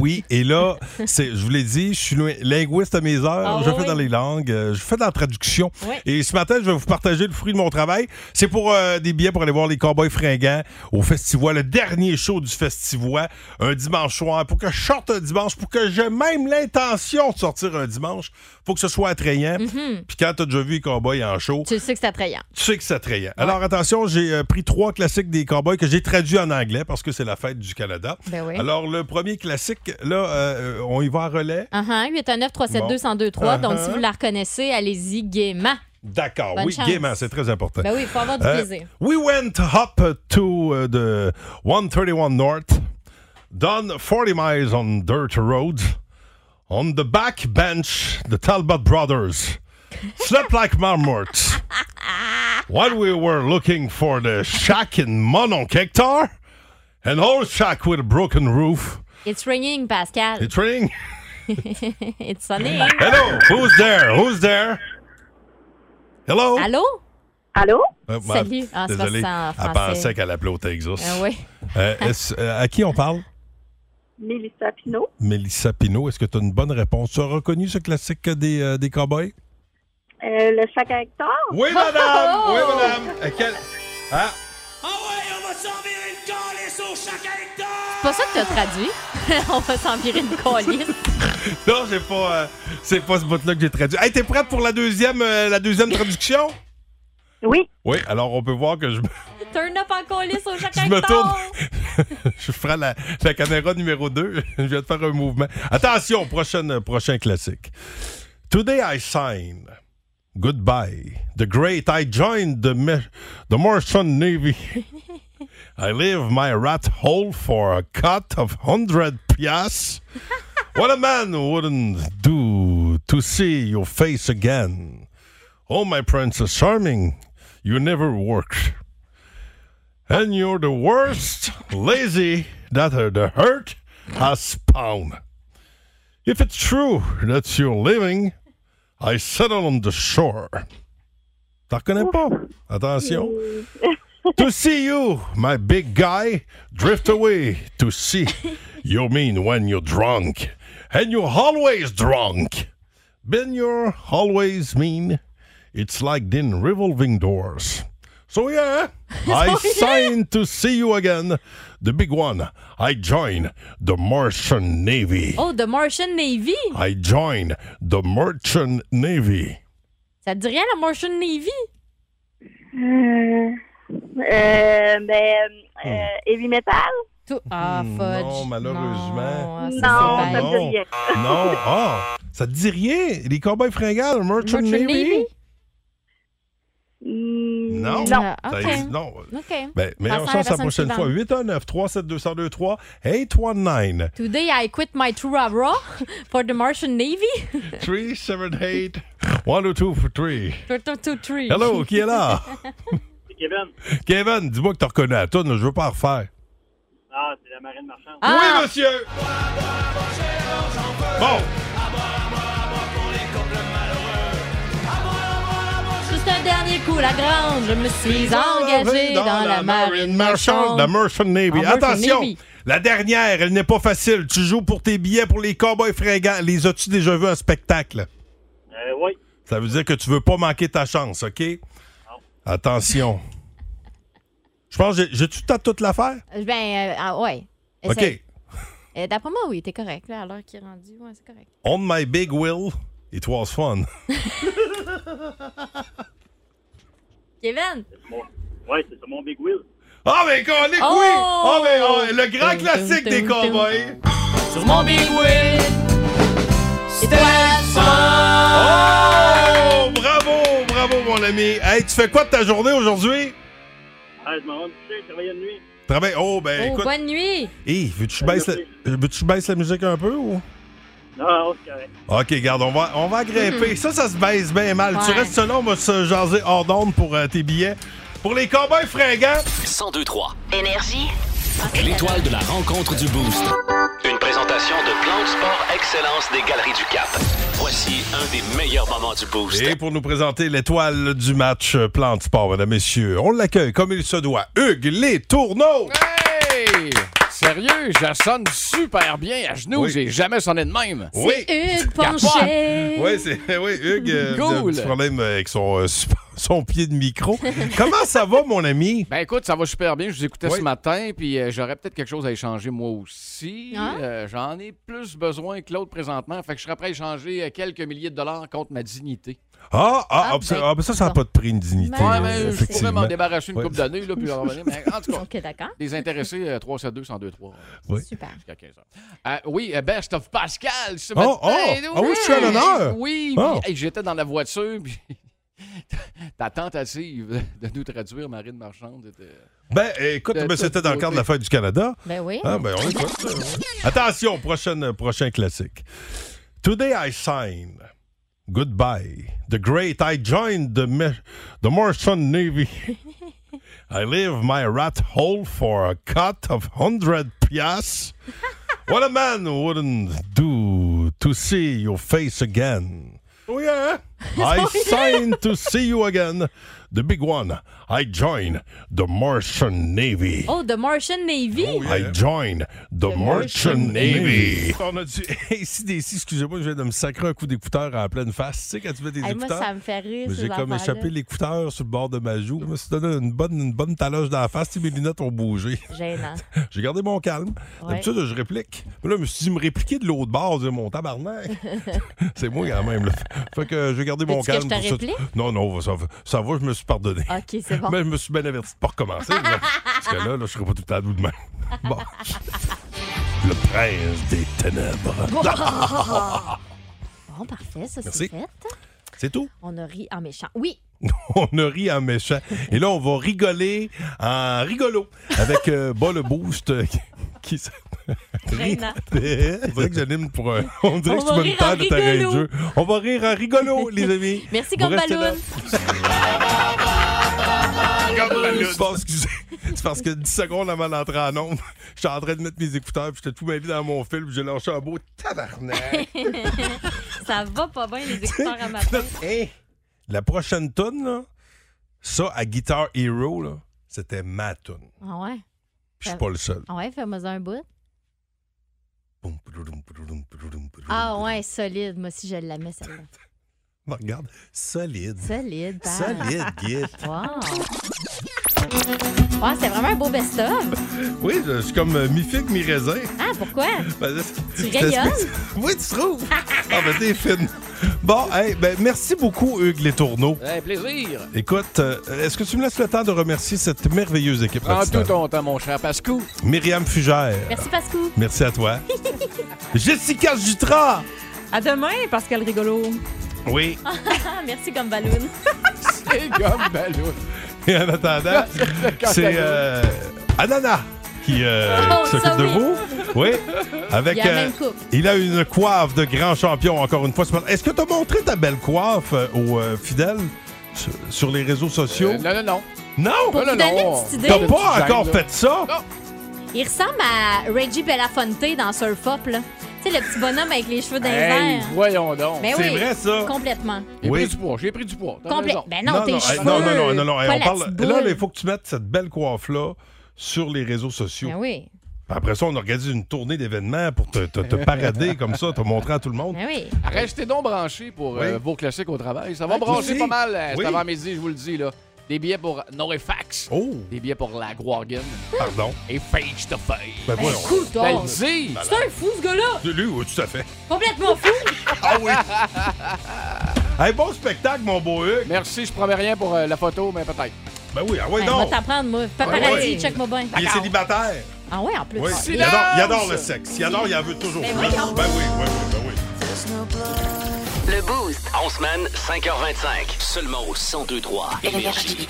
Speaker 4: Oui, et là, c'est, je vous l'ai dit, je suis lin- linguiste à mes heures,
Speaker 6: Ah,
Speaker 4: je
Speaker 6: oui,
Speaker 4: fais dans
Speaker 6: oui.
Speaker 4: les langues, euh, je fais dans la traduction.
Speaker 6: Oui.
Speaker 4: Et ce matin, je vais vous partager le fruit de mon travail. C'est pour euh, des billets pour aller voir les Cowboys fringants au Festivois, le dernier show du Festivois, un dimanche soir, pour que je sorte un dimanche, pour que j'ai même l'intention de sortir un dimanche, pour que ce soit attrayant.
Speaker 6: Mhm.
Speaker 4: Puis quand t'as déjà vu les Cowboys en show,
Speaker 6: Tu sais que c'est attrayant.
Speaker 4: tu sais que c'est attrayant. Alors attention, j'ai euh, pris trois classiques des cowboys que j'ai traduits en anglais parce que c'est la fête du Canada.
Speaker 6: Ben oui.
Speaker 4: Alors le premier classique, là, euh, euh, on y va en relais.
Speaker 6: Ah ah, 819 372 1023 Donc, si vous la reconnaissez, allez-y gaiement.
Speaker 4: D'accord,
Speaker 6: Bonne
Speaker 4: oui,
Speaker 6: chance.
Speaker 4: gaiement, c'est très important.
Speaker 6: Ben oui, faut avoir du
Speaker 4: Euh,
Speaker 6: plaisir.
Speaker 4: We went up to euh, the 131 North, done 40 miles on dirt roads. On the back bench, the Talbot brothers slept like marmots. While we were looking for the shack in Mononc Hector, an old shack with a broken roof,
Speaker 6: It's ringing, Pascal.
Speaker 4: it's ringing.
Speaker 6: It's sonning.
Speaker 4: Hello, who's there? Who's there? Hello?
Speaker 6: Allô?
Speaker 9: Allô?
Speaker 4: Euh, bah,
Speaker 6: Salut. Ah, c'est parce que
Speaker 4: désolé,
Speaker 6: c'est en
Speaker 4: elle
Speaker 6: français.
Speaker 4: pensait qu'elle appelait au Texas.
Speaker 6: Ah oui.
Speaker 4: Euh, est-ce- euh, à qui on parle?
Speaker 9: Mélissa Pinault.
Speaker 4: Mélissa Pinault, est-ce que tu as une bonne réponse? Tu as reconnu ce classique des, euh, des cowboys?
Speaker 9: Euh, le chac à Hector?
Speaker 4: Oui, madame! Oui, madame! Euh, quel- Ah,
Speaker 5: Ah ouais, on va servir une calice au
Speaker 6: C'est pas ça que t'as traduit. On va s'en virer une colisse.
Speaker 4: Non, j'ai pas, euh, c'est pas ce bout-là que j'ai traduit. Hey, t'es prête pour la deuxième, euh, la deuxième traduction?
Speaker 9: Oui.
Speaker 4: Oui, alors on peut voir que je, me-
Speaker 6: Turn up en colisse au
Speaker 4: je
Speaker 6: chacal
Speaker 4: me tourne. je ferai la, la caméra numéro 2. je viens de faire un mouvement. Attention, prochaine, prochain classique. Today I sign. Goodbye. The great, I joined the, me- the Martian Navy. I leave my rat hole for a cut of 100 piastres. what a man wouldn't do to see your face again. Oh, my princess charming, you never worked. And you're the worst lazy that uh, the hurt has found. If it's true that you're living, I settle on the shore. T'en connais pas? Attention. to see you, my big guy, drift away to sea. You mean when you're drunk, and you're always drunk. Then you're always mean. It's like in revolving doors. So yeah, I
Speaker 5: So, yeah.
Speaker 4: sign to see you again. The big one. I join the Martian Navy.
Speaker 6: Oh, The Martian Navy.
Speaker 4: I join the Merchant Navy.
Speaker 6: Ça te dit rien, la Martian Navy?
Speaker 9: Euh, euh, ben, euh, heavy metal?
Speaker 6: Ah,
Speaker 4: Hmm,
Speaker 6: fudge. ah,
Speaker 4: Non, malheureusement.
Speaker 9: Non, ça me dit
Speaker 4: non.
Speaker 9: rien.
Speaker 4: Non, ah, ça te dit rien. Les cowboys fringales, le Merchant,
Speaker 9: Merchant
Speaker 4: Navy?
Speaker 9: Navy?
Speaker 4: Non.
Speaker 9: Hmm, Non.
Speaker 4: Ça
Speaker 9: Ok.
Speaker 4: dit non.
Speaker 6: Ah, OK.
Speaker 4: Ben, meilleure
Speaker 6: Passons à la
Speaker 4: chance la prochaine
Speaker 6: personne
Speaker 4: fois.
Speaker 6: suivante.
Speaker 4: 819 372 1023 819
Speaker 6: Today I quit my true raw for the Martian Navy.
Speaker 4: 378 1023.
Speaker 6: Two, two, two, three.
Speaker 4: Hello, qui est là?
Speaker 15: Kevin.
Speaker 4: Kevin, dis-moi que t'as reconnu la toune, je veux pas la refaire.
Speaker 15: Ah, c'est la marine marchande.
Speaker 4: Oui, monsieur! Bon!
Speaker 6: Juste un dernier coup, la grande. Je me suis engagée dans, la marine
Speaker 4: marchande.
Speaker 6: marchande.
Speaker 4: La Merchant Navy.
Speaker 6: En Merchant
Speaker 4: Attention!
Speaker 6: Navy.
Speaker 4: La dernière, elle n'est pas facile. Tu joues pour tes billets pour les cowboys fringants. Les as-tu déjà vus en spectacle?
Speaker 15: Euh, oui.
Speaker 4: Ça veut dire que tu veux pas manquer ta chance, OK? Attention. Je pense que j'ai- j'ai-tu le temps de toute l'affaire?
Speaker 6: Ben, euh, ah, ouais.
Speaker 4: OK.
Speaker 6: Essaye. Euh, D'après moi, oui, t'es correct. Là, à l'heure qu'il est rendu, ouais, c'est correct.
Speaker 4: On my big will, it was fun.
Speaker 6: Kevin!
Speaker 15: Oui, c'est sur mon Big Wheel.
Speaker 4: Ah, mais qu'on oui!
Speaker 15: Oh!
Speaker 4: Ah, mais ah, le grand classique des cowboys! Sur mon big wheel! Oh! Bravo, bravo, mon ami! Hey, tu fais quoi de ta journée aujourd'hui?
Speaker 15: Ah, je m'en vais me coucher, je travaille une nuit.
Speaker 4: Travaille. Oh, ben
Speaker 6: oh,
Speaker 4: écoute.
Speaker 6: bonne nuit!
Speaker 4: Hey, veux-tu que je baisse la... veux-tu que je baisse la musique un peu ou?
Speaker 15: Non, non, c'est correct.
Speaker 4: Ok, garde, on va, on va grimper.
Speaker 15: Mhm.
Speaker 4: Ça, ça se baisse bien mal. Tu
Speaker 15: Ouais.
Speaker 4: restes selon, on va se jaser hors d'onde pour euh, tes billets. Pour les cowboys fringants,
Speaker 2: 1023.
Speaker 5: Énergie.
Speaker 2: L'étoile de la rencontre du Boost.
Speaker 5: Une présentation de Plan de Sport Excellence des Galeries du Cap.
Speaker 2: Voici un des meilleurs moments du Boost.
Speaker 4: Et pour nous présenter l'étoile du match euh, plan de sport, mesdames, messieurs, on l'accueille comme il se doit. Hugues Les Tourneaux!
Speaker 18: Hey! Sérieux, je sonne super bien à genoux.
Speaker 4: Oui.
Speaker 18: J'ai jamais sonné de même.
Speaker 4: Oui.
Speaker 6: C'est Hugues
Speaker 18: Capote.
Speaker 6: Penché.
Speaker 4: Oui, c'est oui, Hugues, euh, vous avez un
Speaker 18: Cool.
Speaker 4: petit problème avec son, euh, sup- son pied de micro. Comment ça va, mon ami?
Speaker 18: Ben écoute, ça va super bien. Je vous écoutais
Speaker 4: Oui.
Speaker 18: ce matin, puis euh, j'aurais peut-être quelque chose à échanger moi aussi.
Speaker 5: Hein?
Speaker 18: Euh, J'en ai plus besoin que l'autre présentement. Fait que je serais prêt à échanger euh, quelques milliers de dollars contre ma dignité.
Speaker 4: Ah, ah, ah,
Speaker 18: Ah,
Speaker 4: ça,
Speaker 18: ben,
Speaker 4: ah, ben ça, ça n'a pas de prix une dignité.
Speaker 18: Ouais,
Speaker 4: euh,
Speaker 18: mais je pourrais
Speaker 4: effectivement.
Speaker 18: m'en débarrasser une
Speaker 4: Ouais.
Speaker 18: couple d'années, là, puis en revenir. Mais en tout cas,
Speaker 6: OK, d'accord.
Speaker 18: les intéressés, euh, 372 1023
Speaker 4: Oui.
Speaker 6: Super.
Speaker 18: Jusqu'à 15 heures. Euh, oui, euh, Best of Pascal ce
Speaker 4: Oh,
Speaker 18: matin.
Speaker 4: oh, ah oui, je suis à l'honneur.
Speaker 18: Ben, Oui,
Speaker 4: Oh.
Speaker 18: puis, hey, j'étais dans la voiture, puis ta tentative de nous traduire Marine Marchande était...
Speaker 4: Ben, écoute,
Speaker 18: De
Speaker 4: ben, c'était
Speaker 18: toute
Speaker 4: dans le cadre de la
Speaker 18: beauté.
Speaker 4: fête du Canada.
Speaker 18: Ben oui.
Speaker 4: Ah, ben, on est pas- Attention, prochaine, prochain classique. Today I sign. Goodbye. The great, I joined the, me- the Martian Navy. I leave my rat hole for a cut of 100 piastres. What a man wouldn't do to see your face again. Oh, yeah. I sign to see you again. The big one. I join the Martian Navy.
Speaker 6: Oh, The Martian Navy.
Speaker 4: I join the, Merchant,
Speaker 6: Merchant
Speaker 4: Navy.
Speaker 6: Navy.
Speaker 4: On a du ACDC, excusez-moi, je viens de me sacrer un coup d'écouteur en pleine face. Tu sais, quand tu mets tes
Speaker 6: Hey, moi,
Speaker 4: écouteurs.
Speaker 6: ça me fait rire.
Speaker 4: Mais
Speaker 6: ces
Speaker 4: j'ai comme
Speaker 6: affaires-là.
Speaker 4: échappé l'écouteur sur le bord de ma joue. Je me suis donné une bonne, une bonne taloche dans la face. tu sais, Mes lunettes ont bougé.
Speaker 6: Gênant.
Speaker 4: J'ai gardé mon calme.
Speaker 6: Ouais.
Speaker 4: D'habitude, je réplique. Mais là, je me suis dit, me répliquer de l'autre bord, c'est mon tabarnak. c'est moi quand même. là. Fait que euh, j'ai gardé mon
Speaker 6: Veux-tu
Speaker 4: calme.
Speaker 6: que je te
Speaker 4: pour ça.
Speaker 6: réplique?
Speaker 4: Non, non, ça, va- ça va, je me suis pardonné.
Speaker 6: OK, c'est bon.
Speaker 4: Mais je me suis bien averti de pas recommencer. là. Parce que là, là je serais pas tout à doux de même. Bon. Le prince des ténèbres.
Speaker 6: Bon, parfait, ça
Speaker 4: Merci.
Speaker 6: c'est fait.
Speaker 4: c'est tout.
Speaker 6: On a ri en méchant. Oui,
Speaker 4: On a ri en méchant. Et là, on va rigoler en rigolo avec euh, Bas le Boost euh, qui- qui s- Ri-
Speaker 6: Gênant.
Speaker 4: On dirait que j'anime pour un- On dirait
Speaker 6: On
Speaker 4: que
Speaker 6: va
Speaker 4: tu vas
Speaker 6: rire
Speaker 4: me
Speaker 6: en
Speaker 4: perdre de ta
Speaker 6: rigolo.
Speaker 4: jeu. On va rire en rigolo, les amis.
Speaker 6: merci
Speaker 4: Vous restez
Speaker 6: Gambaloun.
Speaker 4: C'est parce que, c'est parce que 10 secondes avant d'entrer en nombre, j'étais en train de mettre mes écouteurs, puis j'étais tout mêlé dans mon fil, puis j'ai lâché un beau tabarnak.
Speaker 6: ça va pas bien, les écouteurs à matin.
Speaker 4: La prochaine tune, là, ça, à Guitar Hero, là, c'était ma tune.
Speaker 6: Ah ouais?
Speaker 4: Je suis pas le seul.
Speaker 6: Ah ouais, fais-moi un bout. Ah ouais, solide. Moi aussi, je l'aimais, celle-là.
Speaker 4: Bon, regarde, solide.
Speaker 6: Solide. hein?
Speaker 4: Solide, Guit.
Speaker 6: Wow. Ouais, c'est vraiment un beau best-of.
Speaker 4: Oui, je je suis comme euh, mi-figue, mi-raisin.
Speaker 6: Ah, pourquoi?
Speaker 4: Ben,
Speaker 6: Tu
Speaker 4: c'est-
Speaker 6: rayonnes.
Speaker 4: Oui, tu trouves. Ah, ben, t'es fine. Bon, hey, ben, merci beaucoup, Hugues Les Tourneaux.
Speaker 18: Eh, plaisir.
Speaker 4: Écoute, euh, est-ce que tu me laisses le temps de remercier cette merveilleuse équipe?
Speaker 18: Prends tout
Speaker 4: participante?
Speaker 18: ton temps, mon cher Pascou.
Speaker 4: Myriam Fugère.
Speaker 6: Merci, Pascou.
Speaker 4: Merci à toi. Jessica Jutra.
Speaker 19: À demain, Pascal Rigolo.
Speaker 4: Oui.
Speaker 6: Merci, Gambaloun.
Speaker 18: c'est Gambaloun.
Speaker 4: Et en attendant, c'est euh, Anana qui euh,
Speaker 6: Oh,
Speaker 4: qui s'occupe
Speaker 6: ça
Speaker 4: de
Speaker 6: oui.
Speaker 4: vous. Oui. Avec, euh,
Speaker 6: Il a la même coupe.
Speaker 4: il a une coiffe de grand champion, encore une fois. ce matin. Est-ce que tu as montré ta belle coiffe euh, aux euh, fidèles sur, sur les réseaux sociaux?
Speaker 18: Euh, non, non, non.
Speaker 4: Non?
Speaker 6: Pour vous donner une petite idée.
Speaker 4: T'as pas encore fait ça?
Speaker 6: Il ressemble à Reggie Belafonte dans Surf Up, là. Tu sais, le petit bonhomme avec les cheveux d'un
Speaker 18: Hey, voyons donc.
Speaker 6: Mais oui, Complètement.
Speaker 18: J'ai
Speaker 4: Oui.
Speaker 18: pris du poids, j'ai pris du poids. t'as
Speaker 6: Complet-
Speaker 18: raison.
Speaker 6: Ben non, t'es
Speaker 4: non,
Speaker 6: cheveux,
Speaker 4: hey, non, non, non, non, non, hey,
Speaker 6: pas
Speaker 4: on
Speaker 6: la
Speaker 4: parle.
Speaker 6: petite
Speaker 4: Là,
Speaker 6: boule.
Speaker 4: là, il faut que tu mettes cette belle coiffe-là sur les réseaux sociaux.
Speaker 6: Ben oui.
Speaker 4: Après ça, on organise une tournée d'événements pour te, te- te parader comme ça, te montrer à tout le monde.
Speaker 6: Ben oui.
Speaker 18: Restez donc branchés pour euh, vos classiques au travail. Ça va
Speaker 4: Ah,
Speaker 18: brancher
Speaker 4: aussi.
Speaker 18: pas mal euh, cet
Speaker 4: Oui.
Speaker 18: avant-midi, je vous le dis. là. Des billets pour Norifax.
Speaker 4: Oh!
Speaker 18: Des billets pour la Gworgan.
Speaker 4: Pardon?
Speaker 18: Et Page to Face.
Speaker 4: Ben voyons.
Speaker 18: Écoute,
Speaker 4: Ben,
Speaker 18: ben,
Speaker 4: dis.
Speaker 18: dis.
Speaker 6: C'est un fou, ce gars-là!
Speaker 4: Tu l'as, oui, tout à fait.
Speaker 6: Complètement fou!
Speaker 4: Ah oui! Hey, bon spectacle, mon beau Hugues!
Speaker 18: Merci, je promets rien pour euh, la photo, mais peut-être.
Speaker 4: Ben oui, ah oui,
Speaker 6: Ben, va
Speaker 4: non!
Speaker 6: t'apprendre, moi. Paparazzi,
Speaker 4: ouais.
Speaker 6: check-moi bien.
Speaker 4: Il est célibataire!
Speaker 6: Ah ouais, en plus.
Speaker 4: Oui.
Speaker 6: Ah,
Speaker 4: Il, adore, il adore le sexe. Il adore, il en veut toujours.
Speaker 6: Ben
Speaker 4: plus.
Speaker 6: voyons.
Speaker 4: ben oui, oui, oui, ben oui.
Speaker 2: Le Boost. En semaine, 5h25. Seulement au 102.3 Énergie.